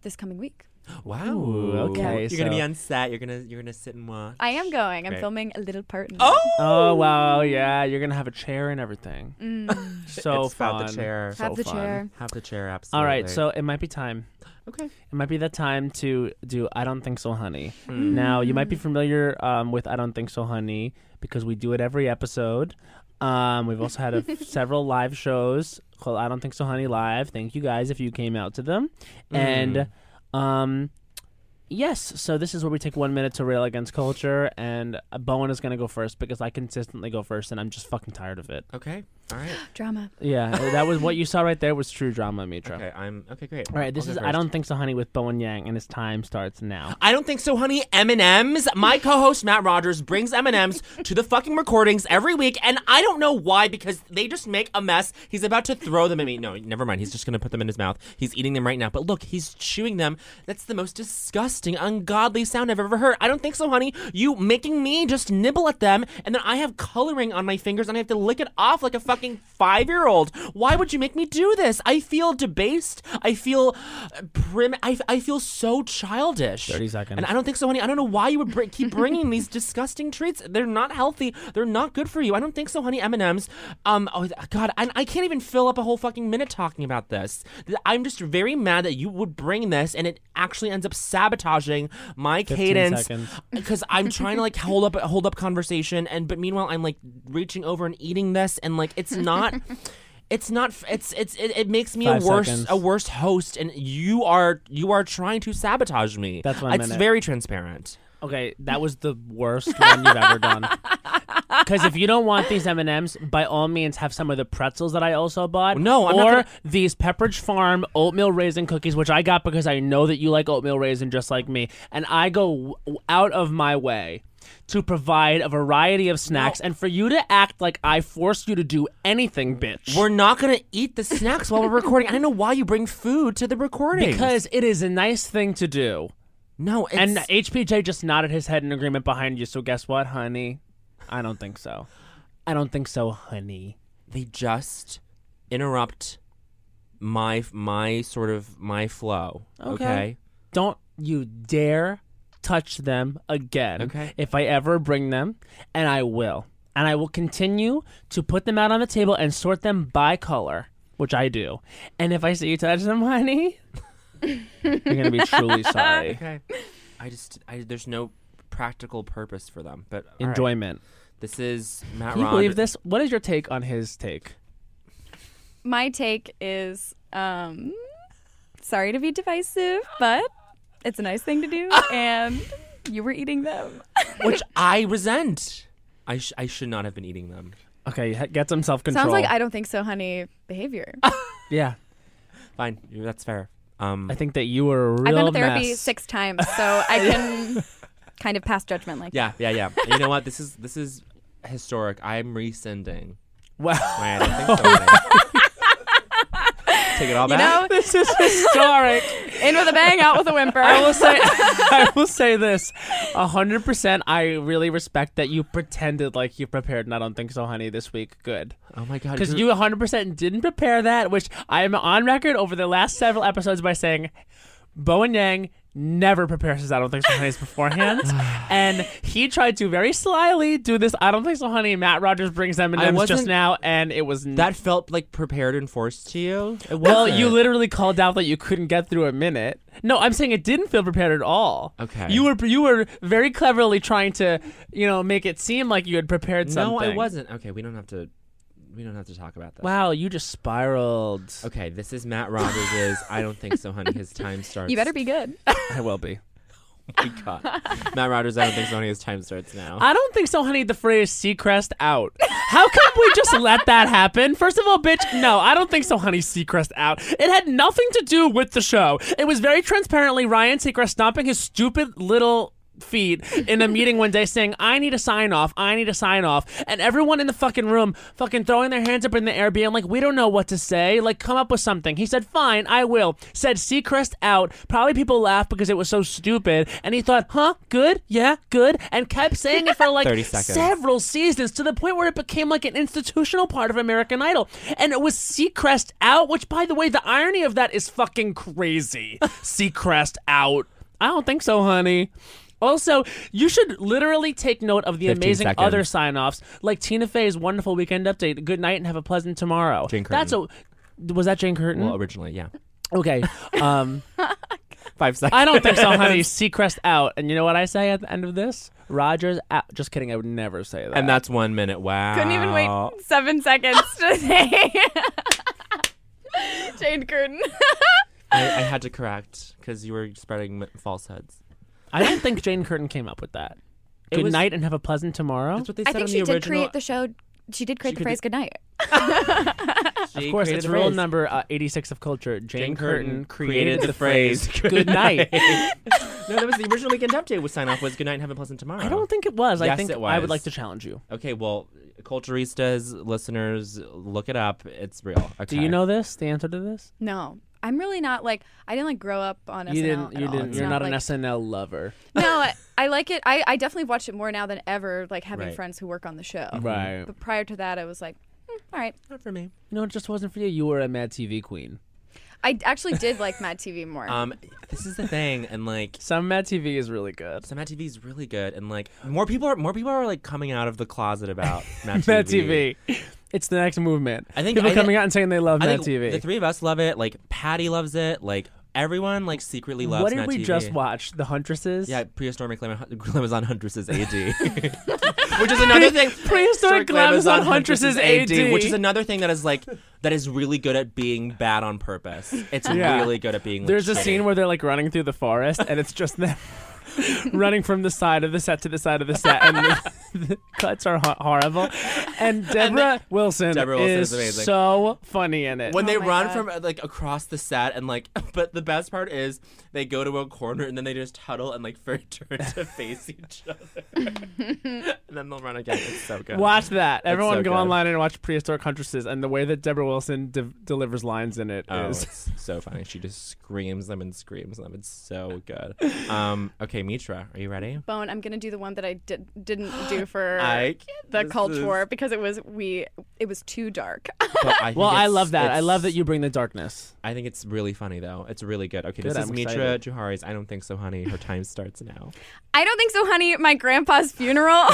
D: this coming week.
B: Wow.
A: Ooh, okay,
B: You're gonna be
A: so-
B: on set. You're gonna you're gonna sit and watch.
D: I am going. I'm
B: Great.
D: filming a little part. In
B: Oh,
A: Oh wow, yeah, you're gonna have a chair and everything.
D: Mm.
A: So
B: it's
A: fun.
B: about the chair.
D: Have the chair.
B: Have the chair. Absolutely.
A: All right, so it might be time.
B: okay.
A: It might be that time to do I Don't Think So Honey.
B: Hmm.
A: Now, you might be familiar um, with I Don't Think So Honey because we do it every episode. Um, we've also had a, several live shows called I Don't Think So Honey Live. Thank you guys if you came out to them.
B: Hmm.
A: And um, yes, so this is where we take one minute to rail against culture. And uh, Bowen is going to go first because I consistently go first and I'm just fucking tired of it.
B: Okay. All right.
D: Drama.
A: Yeah, that was what you saw right there was true drama, Mitra.
B: Okay. I'm okay. Great.
A: All right, this
B: I'll
A: is
B: go
A: I
B: first.
A: Don't Think So Honey with Bowen Yang, and his time starts now.
B: I don't think so, honey. M and M's. My co-host Matt Rogers brings M and M's to the fucking recordings every week, and I don't know why because they just make a mess. He's about to throw them at me. No, never mind. He's just gonna put them in his mouth. He's eating them right now. But look, he's chewing them. That's the most disgusting, ungodly sound I've ever heard. I don't think so, honey. You making me just nibble at them, and then I have coloring on my fingers, and I have to lick it off like a fucking five-year-old. Why would you make me do this? I feel debased. I feel uh, prim. I, I feel so childish.
A: 30 seconds.
B: And I don't think so, honey. I don't know why you would br- keep bringing these disgusting treats. They're not healthy. They're not good for you. I don't think so, honey. M and M's. Um. Oh th- God. I, I can't even fill up a whole fucking minute talking about this. Th- I'm just very mad that you would bring this, and it actually ends up sabotaging my cadence
A: seconds.
B: because I'm trying to like hold up hold up conversation, and but meanwhile I'm like reaching over and eating this, and like it's not. It's not. f- It's it's. It, it makes me
A: Five
B: a worse
A: seconds.
B: a worse host, and you are you are trying to sabotage me.
A: That's one
B: It's
A: minute.
B: very transparent.
A: Okay, that was the worst one you've ever done. Because if you don't want these M and M's, by all means, have some of the pretzels that I also bought.
B: No, I'm
A: or
B: not gonna-
A: these Pepperidge Farm oatmeal raisin cookies, which I got because I know that you like oatmeal raisin just like me, and I go w- out of my way. To provide a variety of snacks, and for you to act like I forced you to do anything, bitch.
B: We're not gonna eat the snacks while we're recording. I don't know why you bring food to the recording.
A: because it is a nice thing to do.
B: no, it's,
A: And HPJ just nodded his head in agreement behind you. So guess what, honey? I don't think so. I don't think so, honey.
B: they just interrupt my my sort of my flow.
A: Okay.
B: Okay.
A: Don't you dare touch them again.
B: Okay.
A: If I ever bring them, and I will. And I will continue to put them out on the table and sort them by color, which I do. And if I see you touch them, honey, you're going to be truly sorry.
B: Okay. I just I, there's no practical purpose for them. But all right.
A: Enjoyment.
B: This is Matt.
A: Can you
B: Rond.
A: believe this? What is your take on his take?
D: My take is um, sorry to be divisive, but it's a nice thing to do, and you were eating them.
B: Which I resent. I sh- I should not have been eating them.
A: Okay, he- get some self control.
D: Sounds like I don't think so, honey. Behavior.
A: Yeah.
B: Fine, you- that's fair. Um,
A: I think that you were a real
D: I've been to therapy
A: mess.
D: six times, so I can kind of pass judgment like
B: yeah, yeah, yeah. And you know what? This is this is historic. I'm rescinding.
A: Wow.
B: Wait, I don't think so. Renee. Take it all
D: You
B: back.
D: know,
A: This is historic.
D: in with a bang, out with a whimper.
A: I will say, I will say this, hundred percent. I really respect that you pretended like you prepared, and I don't think so, honey. This week, good,
B: oh my god,
A: because
B: you're-
A: you hundred percent didn't prepare that. Which I am on record over the last several episodes by saying, Bo and Yang never prepares his I don't think so, honey's beforehand, and he tried to very slyly do this. I don't think so, honey. Matt Rogers brings them
B: I
A: and just
B: wasn't-
A: now, and it was n-
B: that felt like prepared and forced to you. It
A: Well,
B: wasn't.
A: you literally called out that you couldn't get through a minute. No, I'm saying it didn't feel prepared at all.
B: Okay.
A: You were you were very cleverly trying to, you know, make it seem like you had prepared something.
B: No, I wasn't. Okay, we don't have to. We don't have to talk about this.
A: Wow, you just spiraled.
B: Okay, this is Matt Roberts' I don't think so, honey. His time starts.
D: You better be good.
A: I will be.
B: Oh my God. Matt Rogers, I don't think so, honey. His time starts now.
A: I don't think so, honey. The phrase "Seacrest out." How come we just let that happen? First of all, bitch, no, I don't think so, honey. Seacrest out. It had nothing to do with the show. It was very transparently Ryan Seacrest stomping his stupid little feet in a meeting one day saying I need a sign off I need a sign off and everyone in the fucking room fucking throwing their hands up in the air being like we don't know what to say like come up with something he said fine I will said Seacrest out probably people laughed because it was so stupid and he thought huh good yeah good and kept saying it for like
B: 30 seconds.
A: several seasons to the point where it became like an institutional part of American Idol. And it was Seacrest out, which, by the way, the irony of that is fucking crazy. Seacrest out. I don't think so, honey. Also, you should literally take note of the
B: 15
A: amazing
B: seconds.
A: other sign offs like Tina Fey's wonderful weekend update. Good night and have a pleasant tomorrow.
B: Jane
A: That's a. Was that Jane Curtin?
B: well, originally, yeah.
A: okay. Um,
B: Five seconds.
A: I don't think so, honey. Seacrest out. And you know what I say at the end of this? Rogers out. Just kidding. I would never say that.
B: And that's one minute. Wow.
D: Couldn't even wait
B: Uh,
D: seven seconds to say Jane Curtin.
B: I, I had to correct because you were spreading m- falsehoods.
A: I don't think Jane Curtin came up with that.
B: It
A: Good
B: was-
A: night and have a pleasant tomorrow.
B: That's what they
D: I
B: said
D: think
B: on
D: she
B: the
D: did
B: original.
D: create the show. She did create
B: She
D: the
B: could-
D: phrase "Good night."
A: of course, it's rule number uh, 86 of culture. Jane,
B: Jane
A: Curtin,
B: Curtin
A: created,
B: created
A: the,
B: the
A: phrase
B: phrase,
A: "Good night."
B: No, that was the original weekend update. Was sign off was good night and have a pleasant tomorrow.
A: I don't think it was. I
B: Yes,
A: think
B: it
A: I
B: was.
A: would like to challenge you.
B: Okay, well, culturistas, listeners, look it up. It's real. Okay.
A: Do you know this? The answer to this?
D: No, I'm really not like I didn't like grow up on SNL.
A: you didn't.
D: at
A: You
D: all.
A: didn't.
D: It's
A: You're not,
D: like,
A: an SNL lover,
D: No, I, I like it. I, I definitely watch it more now than ever. Like having
B: Right.
D: friends who work on the show.
A: right?
D: But prior to that, I was like, "Hmm, all right.
B: Not for me.
A: You know, it just wasn't for you. You were a Mad TV queen.
D: I actually did like Mad TV more.
B: Um, this is the thing, and like.
A: Some Mad TV is really good.
B: So Matt TV is really good, and like more people are more people are like coming out of the closet about Matt,
A: Mad TV. It's the next movement.
B: I think-
A: people
B: I thi-
A: coming out and saying they love
B: I
A: Mad
B: think
A: TV.
B: The three of us love it. Like Patty loves it. Like everyone like secretly loves.
A: what did
B: Matt
A: we
B: TV.
A: just watch? The Huntresses.
B: Yeah, prehistoric glam- glamazon huntresses AD, which is another thing.
A: Prehistoric Glamazon Huntresses AD.
B: which is another thing that is like that is really good at being bad on purpose. It's
A: Yeah.
B: really good at being. Like,
A: There's a
B: shitty.
A: scene where they're like running through the forest and it's just them running from the side of the set to the side of the set, and the, the cuts are ho- horrible. And Deborah Wilson
B: Deborah Wilson
A: is
B: is amazing.
A: so funny in it.
B: when they
D: Oh my
B: run
D: God.
B: from uh, like across the set and like but the best part is they go to a corner and then they just huddle and like for turn to face each other and then they'll run again it's so good
A: Watch that. Everyone
B: so
A: go
B: good.
A: online and watch Prehistoric Huntresses and the way that Deborah Wilson de- delivers lines in it is
B: Oh, it's so funny. She just screams them and screams them. It's so good. Um, okay, Mitra, are you ready?
D: Bone, I'm gonna do the one that I did didn't do for
B: I
D: the
B: this
D: cult
B: is-
D: war because it was we it was too dark.
B: But I think
A: Well, I
B: it's-
A: love that. I
B: it's-
A: love that you bring the darkness.
B: I think it's really funny though. It's really good. Okay,
A: Good,
B: this is
A: I'm
B: Mitra Juhari's. I don't think so, honey. Her time starts now.
D: I don't think so, honey. My grandpa's funeral.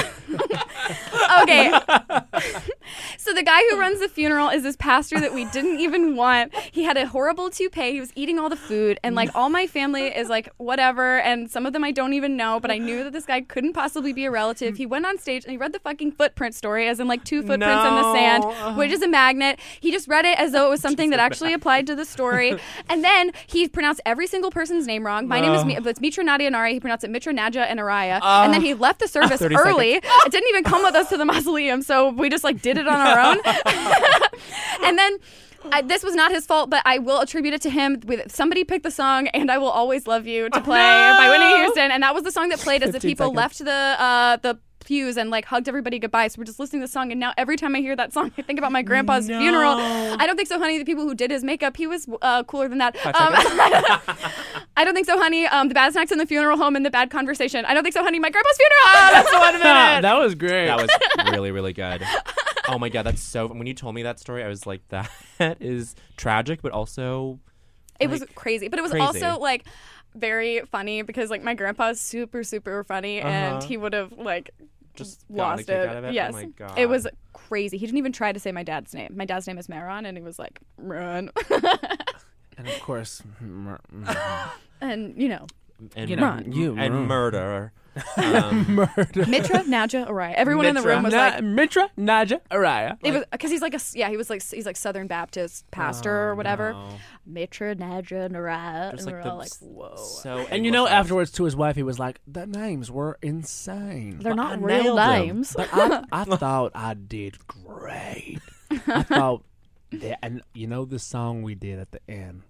D: okay. so the guy who runs the funeral is this pastor that we didn't even want. He had a horrible toupee. He was eating all the food, and like all my family is like whatever, and some of them I don't even know. But I knew that this guy couldn't possibly be a relative. He went on stage and he read the fucking footprint story, as in like two footprints in the sand, which is a magnet. He just read it as though it was something that actually applied to the story, and then he pronounced every single person's name wrong. My name is Mi- it's Mitra Nadia Nari. He pronounced it Mitra Nadja and Araya, and then he left the service
B: 30 seconds.
D: early. It didn't even come with us to the mausoleum, so we just like did it on our own. and then I, this was not his fault, but I will attribute it to him. With somebody picked the song "And I Will Always Love You" to play by Whitney Houston, and that was the song that played as the
A: 15
D: people
A: seconds.
D: left the uh, the pews and like hugged everybody goodbye. So we're just listening to the song, and now every time I hear that song, I think about my grandpa's funeral. I don't think so, honey. The people who did his makeup, he was uh, cooler than that. Um, I don't think so, honey. Um, the bad snacks in the funeral home and the bad conversation. I don't think so, honey. My grandpa's funeral. that's the one
A: Ah, that was great.
B: That was really, really good. Oh my god, that's so. When you told me that story, I was like, that is tragic, but also
D: It was crazy, but it was
B: crazy.
D: also like very funny because like my grandpa's super super funny and
B: Uh-huh.
D: he would have like
B: just gotten a
D: lost
B: kick
D: it.
B: out of it.
D: Yes,
B: Oh my god,
D: it was crazy. He didn't even try to say my dad's name. My dad's name is Maron, and he was like run,
A: and of course, mur-
D: and you know
B: and,
A: you know, you
B: and
A: wrong.
B: murder. Um,
A: murder.
D: Mitra, Nadja, Araya. Everyone in the
B: Mitra.
D: room was
A: Na-
D: like.
A: Mitra, Naja, Araya.
D: It was because he's like a s- yeah he was like s- he's like Southern Baptist pastor or whatever. Mitra Nadja Naraya, and
B: Oh, like
D: we're
B: the
D: all like
B: s-
D: whoa.
B: so
A: And you know, afterwards to his wife, he was like, "The names were insane."
D: They're
B: I
D: not real
B: nailed 'em.
D: names.
A: But I, I thought I did great. I thought that, and you know, the song we did at the end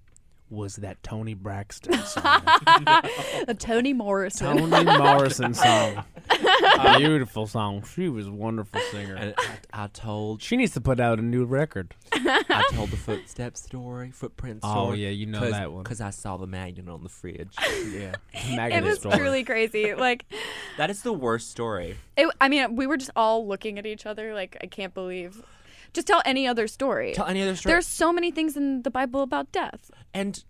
A: was that Tony Braxton song,
D: A Tony Morrison.
A: Toni Morrison song. Beautiful song. She was a wonderful singer.
B: And I, I told,
A: she needs to put out a new record.
B: I told the footstep story, footprint story.
A: Oh, yeah, you know that one.
B: Because I saw the magnet on the fridge.
A: Yeah,
D: it was
A: story.
D: truly crazy. Like,
B: that is the worst story.
D: it, I mean, we were just all looking at each other. Like, I can't believe. Just tell any other story.
B: Tell any other story.
D: There's so many things in the Bible about death.
B: and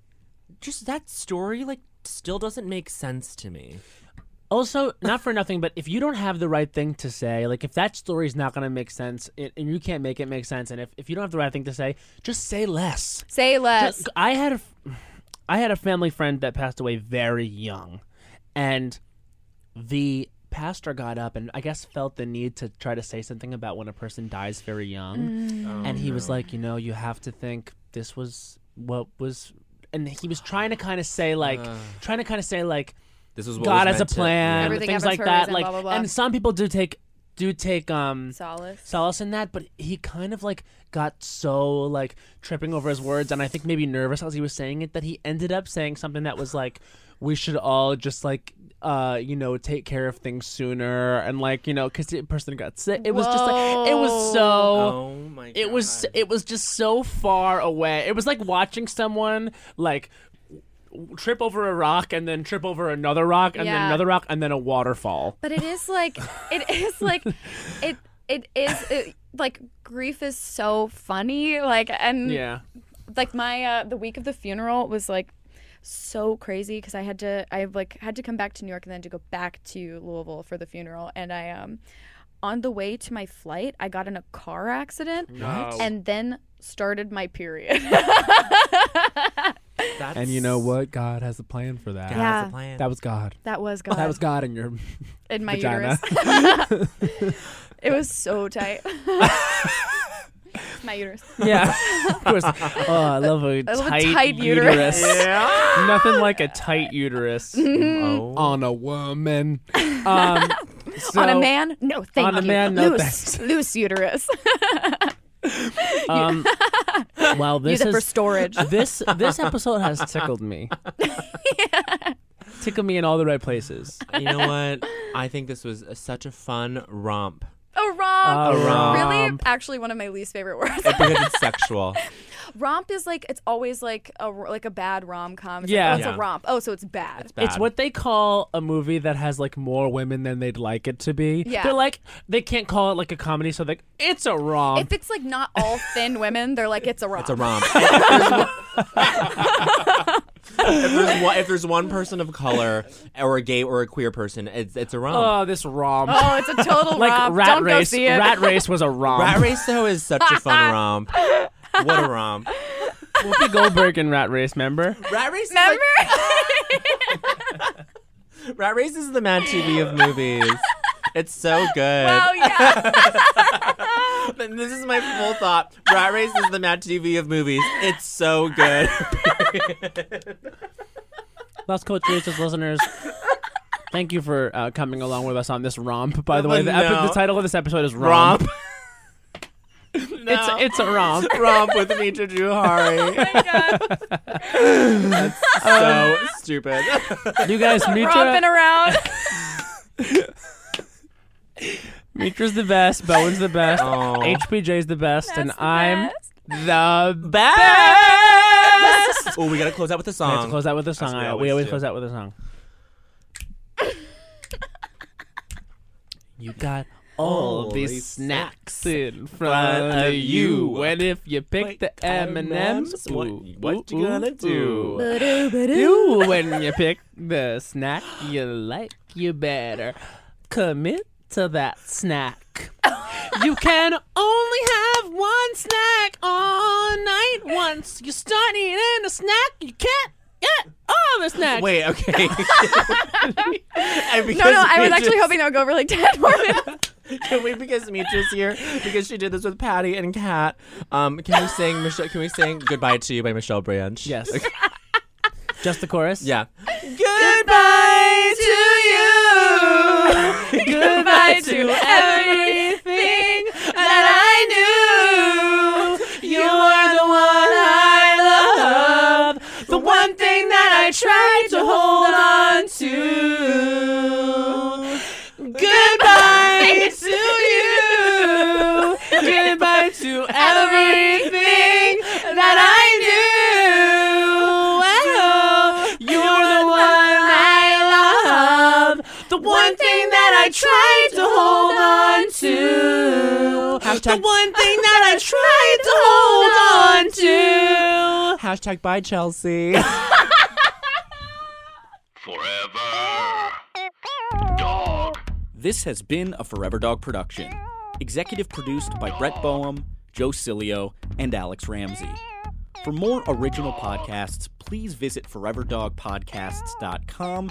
B: just that story, like, still doesn't make sense to me.
A: Also, not for nothing, but if you don't have the right thing to say, like if that story's not going to make sense and and you can't make it make sense, and if, if you don't have the right thing to say, just say less.
D: Say less.
A: Just- I had a, f- I had a family friend that passed away very young, and the pastor got up and I guess felt the need to try to say something about when a person dies very young,
D: Mm.
B: Oh,
A: and he was like, you know, you have to think this was what was, and he was trying to kind of say like, trying to kind of say like.
B: This was Uh. what
A: God
B: was
A: has a
B: meant to-
A: plan,
D: Everything
A: things
D: happens
A: like
D: for a
A: that.
D: reason,
A: like,
D: blah, blah, blah.
A: and some people do take do take um
D: Solace.
A: solace in that, but he kind of like got so like tripping over his words, and I think maybe nervous as he was saying it that he ended up saying something that was like, "We should all just like." Uh, you know, take care of things sooner, and like you know, because the person got sick. It was just like it was so.
B: Yeah. Oh my god.
A: It was it was just so far away. It was like watching someone like w- trip over a rock and then trip over another rock and then
D: Yeah.
A: another rock and then a waterfall.
D: But it is like it is like it it is it, like grief is so funny. Like and
B: Mm.
A: Yeah.
D: like my uh, the week of the funeral was like so crazy because I had to I like had to come back to New York and then to go back to Louisville for the funeral and I um on the way to my flight I got in a car accident and then started my period.
B: That's,
A: what? God has a plan for Uh, that.
B: God
D: Yeah.
B: has a plan.
A: was God.
D: that was God
A: God in your
D: in my
A: vagina.
D: uterus. it was so tight. my uterus.
A: Yeah, of course. Oh, I love a,
D: I love a
A: tight,
D: tight
A: uterus.
D: uterus.
A: Nothing like a tight uterus
B: Oh.
D: Mm-hmm.
A: on a woman. Um,
D: on a
A: so,
D: man? No, thank
A: on a
D: you.
A: man, no
D: loose, loose uterus.
A: Um, well, this
D: Use it for
A: is-
D: storage.
A: this this episode has tickled me. Tickled me in all the right places.
B: You know what? I think this was such a fun romp
D: A Oh, romp.
A: A
D: Uh, Really,
A: romp.
D: actually, one of my least favorite words.
B: because it's sexual.
D: romp is like it's always like a like a bad rom com.
A: Yeah.
D: like, oh, it's
B: Yeah.
D: a romp. Oh, so it's bad.
B: Bad.
A: It's what they call a movie that has like more women than they'd like it to be.
D: Yeah.
A: They're like they can't call it like a comedy, so they it's a romp.
D: if it's like not all thin women, they're like it's a romp.
B: It's a romp. if, there's one, if there's one person of color, or a gay or a queer person, it's, it's a romp.
A: oh, this romp.
D: Oh, it's a total
A: like
D: romp.
A: Rat
D: Don't
A: Race.
D: go see it.
A: Rat Race was a romp.
B: Rat Race though is such a fun romp. What a romp!
A: Whoopi Goldberg in Rat Race, member?
B: Rat Race. Is like-
D: Remember?
B: Rat Race is the Mad TV of movies. It's so good.
D: oh yeah.
B: And This is my full thought. Rat Race is the Mad TV of movies. It's so good.
A: Las Culturistas listeners. Thank you for uh, coming along with us on this romp. By the way, the, epi-
B: No.
A: the title of this episode is romp.
B: romp.
A: It's
B: No.
A: it's a romp.
B: romp with Mitra Juhari.
D: Oh my God.
B: so
A: Um,
B: stupid.
A: You guys,
D: Romping
A: Mitra,
D: around.
A: Mitra's the best. Bowen's the best.
B: Oh.
A: HPJ's the best, and
D: That's the
A: I'm
D: best.
A: the best.
B: oh, we gotta close out with a
A: We have to
B: song.
A: close out with a song.
B: what we
A: I- we
B: always
A: always,
B: do.
A: close out with a song. you got all
B: All
A: these
B: these
A: snacks in front of you, and if you pick the M and M's,
B: what, what you gonna do?
A: You when you pick the snack you like, you better commit to that snack. You can only have one snack all night. Once you start eating a snack, you can't get all the snacks.
B: Wait, okay.
D: No, no. I was actually hoping that would go over like ten more minutes.
B: Can we, because Mitra's here, because she did this with Patty and Kat. Um, can we sing Michelle? Can we sing "Goodbye to You" by Michelle Branch?
A: Yes. Just the chorus.
B: Yeah. Goodbye to you.
D: Goodbye to everything
A: that I knew. You are the one I love. The one thing that I tried to hold on to. Goodbye to you. Goodbye to everything that I knew. Oh, you're the one I love. The one thing that I tried to hold on to. The one thing that I tried to hold on to.
B: Hashtag bye Chelsea.
G: This has been a Forever Dog production. Executive produced by Brett Boehm, Joe Cilio, and Alex Ramsey. For more original podcasts, please visit foreverdogpodcasts.com